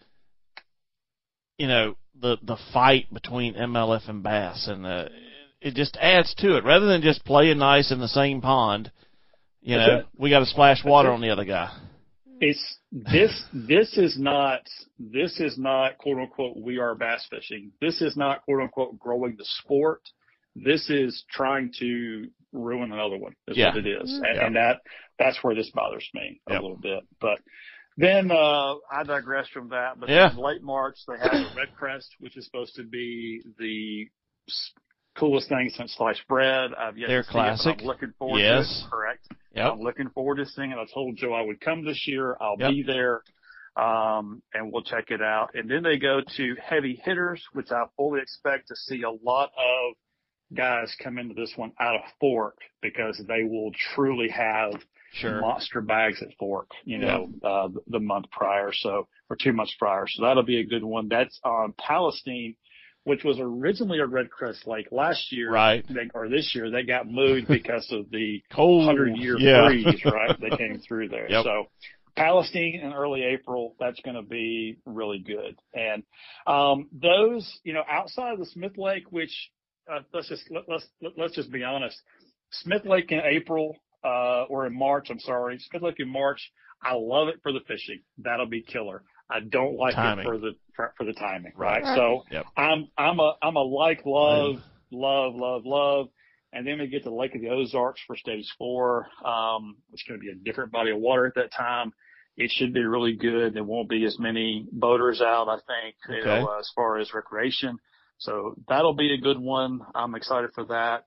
Speaker 2: you know the the fight between MLF and Bass, and uh it just adds to it. Rather than just playing nice in the same pond, you
Speaker 4: That's
Speaker 2: know,
Speaker 4: it.
Speaker 2: we got to splash water
Speaker 4: it.
Speaker 2: on the other guy.
Speaker 4: it's this this is not this is not quote unquote we are bass fishing. This is not quote unquote growing the sport. This is trying to ruin another one. Is
Speaker 2: Yeah.
Speaker 4: what it is, and,
Speaker 2: Yeah.
Speaker 4: and that that's where this bothers me a
Speaker 2: Yep.
Speaker 4: little bit. But then uh, I digress from that. But
Speaker 2: Yeah.
Speaker 4: in late March they have the Red Crest, which is supposed to be the s- coolest thing since sliced bread. I've yet
Speaker 2: They're
Speaker 4: to see it, but
Speaker 2: classic.
Speaker 4: I'm looking forward
Speaker 2: Yes.
Speaker 4: to it. Correct.
Speaker 2: Yep.
Speaker 4: I'm looking forward to seeing it. I told Joe I would come this year. I'll
Speaker 2: Yep.
Speaker 4: be there. Um, and we'll check it out. And then they go to heavy hitters, which I fully expect to see a lot of guys come into this one out of Fork because they will truly have
Speaker 2: Sure.
Speaker 4: monster bags at Fork, you know, uh, the month prior, so or two months prior. So that'll be a good one. That's on Palestine, which was originally a Red Crest Lake last year,
Speaker 2: Right.
Speaker 4: They, or this year they got moved because of the
Speaker 2: Cold.
Speaker 4: hundred year
Speaker 2: yeah. (laughs)
Speaker 4: freeze, right? They came through there.
Speaker 2: Yep.
Speaker 4: So Palestine in early April, that's going to be really good. And um, those, you know, outside of the Smith Lake, which uh, let's just let, let's let, let's just be honest, Smith Lake in April uh, or in March. I'm sorry, Smith Lake in March. I love it for the fishing. That'll be killer. I don't like
Speaker 2: Timing.
Speaker 4: it for the for, for the timing,
Speaker 2: Right.
Speaker 4: right? So
Speaker 2: Yep.
Speaker 4: I'm I'm a I'm a like love love love love. And then we get to Lake of the Ozarks for stage four. Um, it's going to be a different body of water at that time. It should be really good. There won't be as many boaters out, I think, you
Speaker 2: Okay.
Speaker 4: know, as far as recreation. So that'll be a good one. I'm excited for that.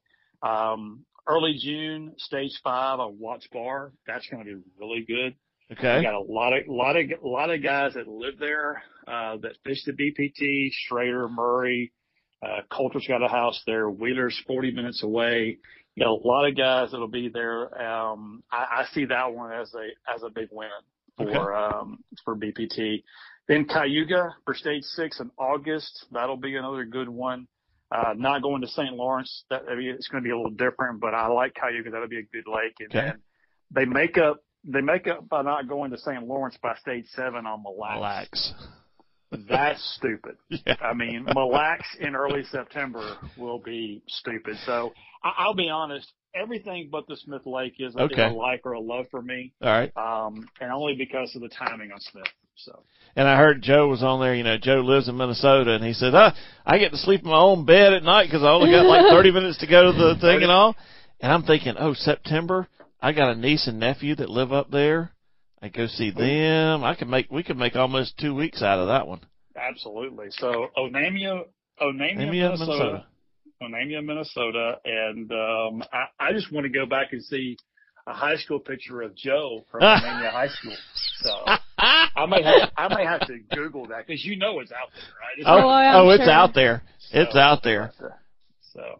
Speaker 4: Um, early June, stage five, a watch bar. That's going to be really good. We
Speaker 2: Okay.
Speaker 4: got a lot of lot of lot of guys that live there uh, that fish the BPT. Schrader, Murray, uh, Coulter's got a house there. Wheeler's 40 minutes away. You got a lot of guys that'll be there. Um, I, I see that one as a as a big win for um, for BPT. Then Cayuga for stage six in August. That'll be another good one. Uh, not going to St. Lawrence. That I mean, it's going to be a little different, but I like Cayuga. That'll be a good lake. And
Speaker 2: Okay.
Speaker 4: then they make up they make up by not going to St. Lawrence by stage seven on Mille Lacs.
Speaker 2: Relax.
Speaker 4: That's stupid.
Speaker 2: Yeah.
Speaker 4: I mean, Mille Lacs in early September will be stupid. So I, I'll be honest. Everything but the Smith Lake is, a- is
Speaker 2: Okay.
Speaker 4: a like or a love for me
Speaker 2: All right.
Speaker 4: um, and only because of the timing on Smith. So
Speaker 2: And I heard Joe was on there. You know, Joe lives in Minnesota, and he said, "Ah, I get to sleep in my own bed at night because I only got like 30 minutes to go to the thing and all." And I'm thinking, "Oh, September, I got a niece and nephew that live up there. I go see them. I can make we could make almost two weeks out of that one."
Speaker 4: absolutely. So Onamia, Onamia,
Speaker 2: Maybe in
Speaker 4: Minnesota.
Speaker 2: Minnesota.
Speaker 4: Onamia, Minnesota, and um, I, I just want to go back and see a high school picture of Joe from Onamia High School. So I may have, I may have to Google that because you know it's out there,
Speaker 2: Oh,
Speaker 4: right?
Speaker 3: Oh, I'm
Speaker 2: oh, it's
Speaker 3: sure.
Speaker 2: out there. It's
Speaker 4: So-
Speaker 2: out there.
Speaker 4: So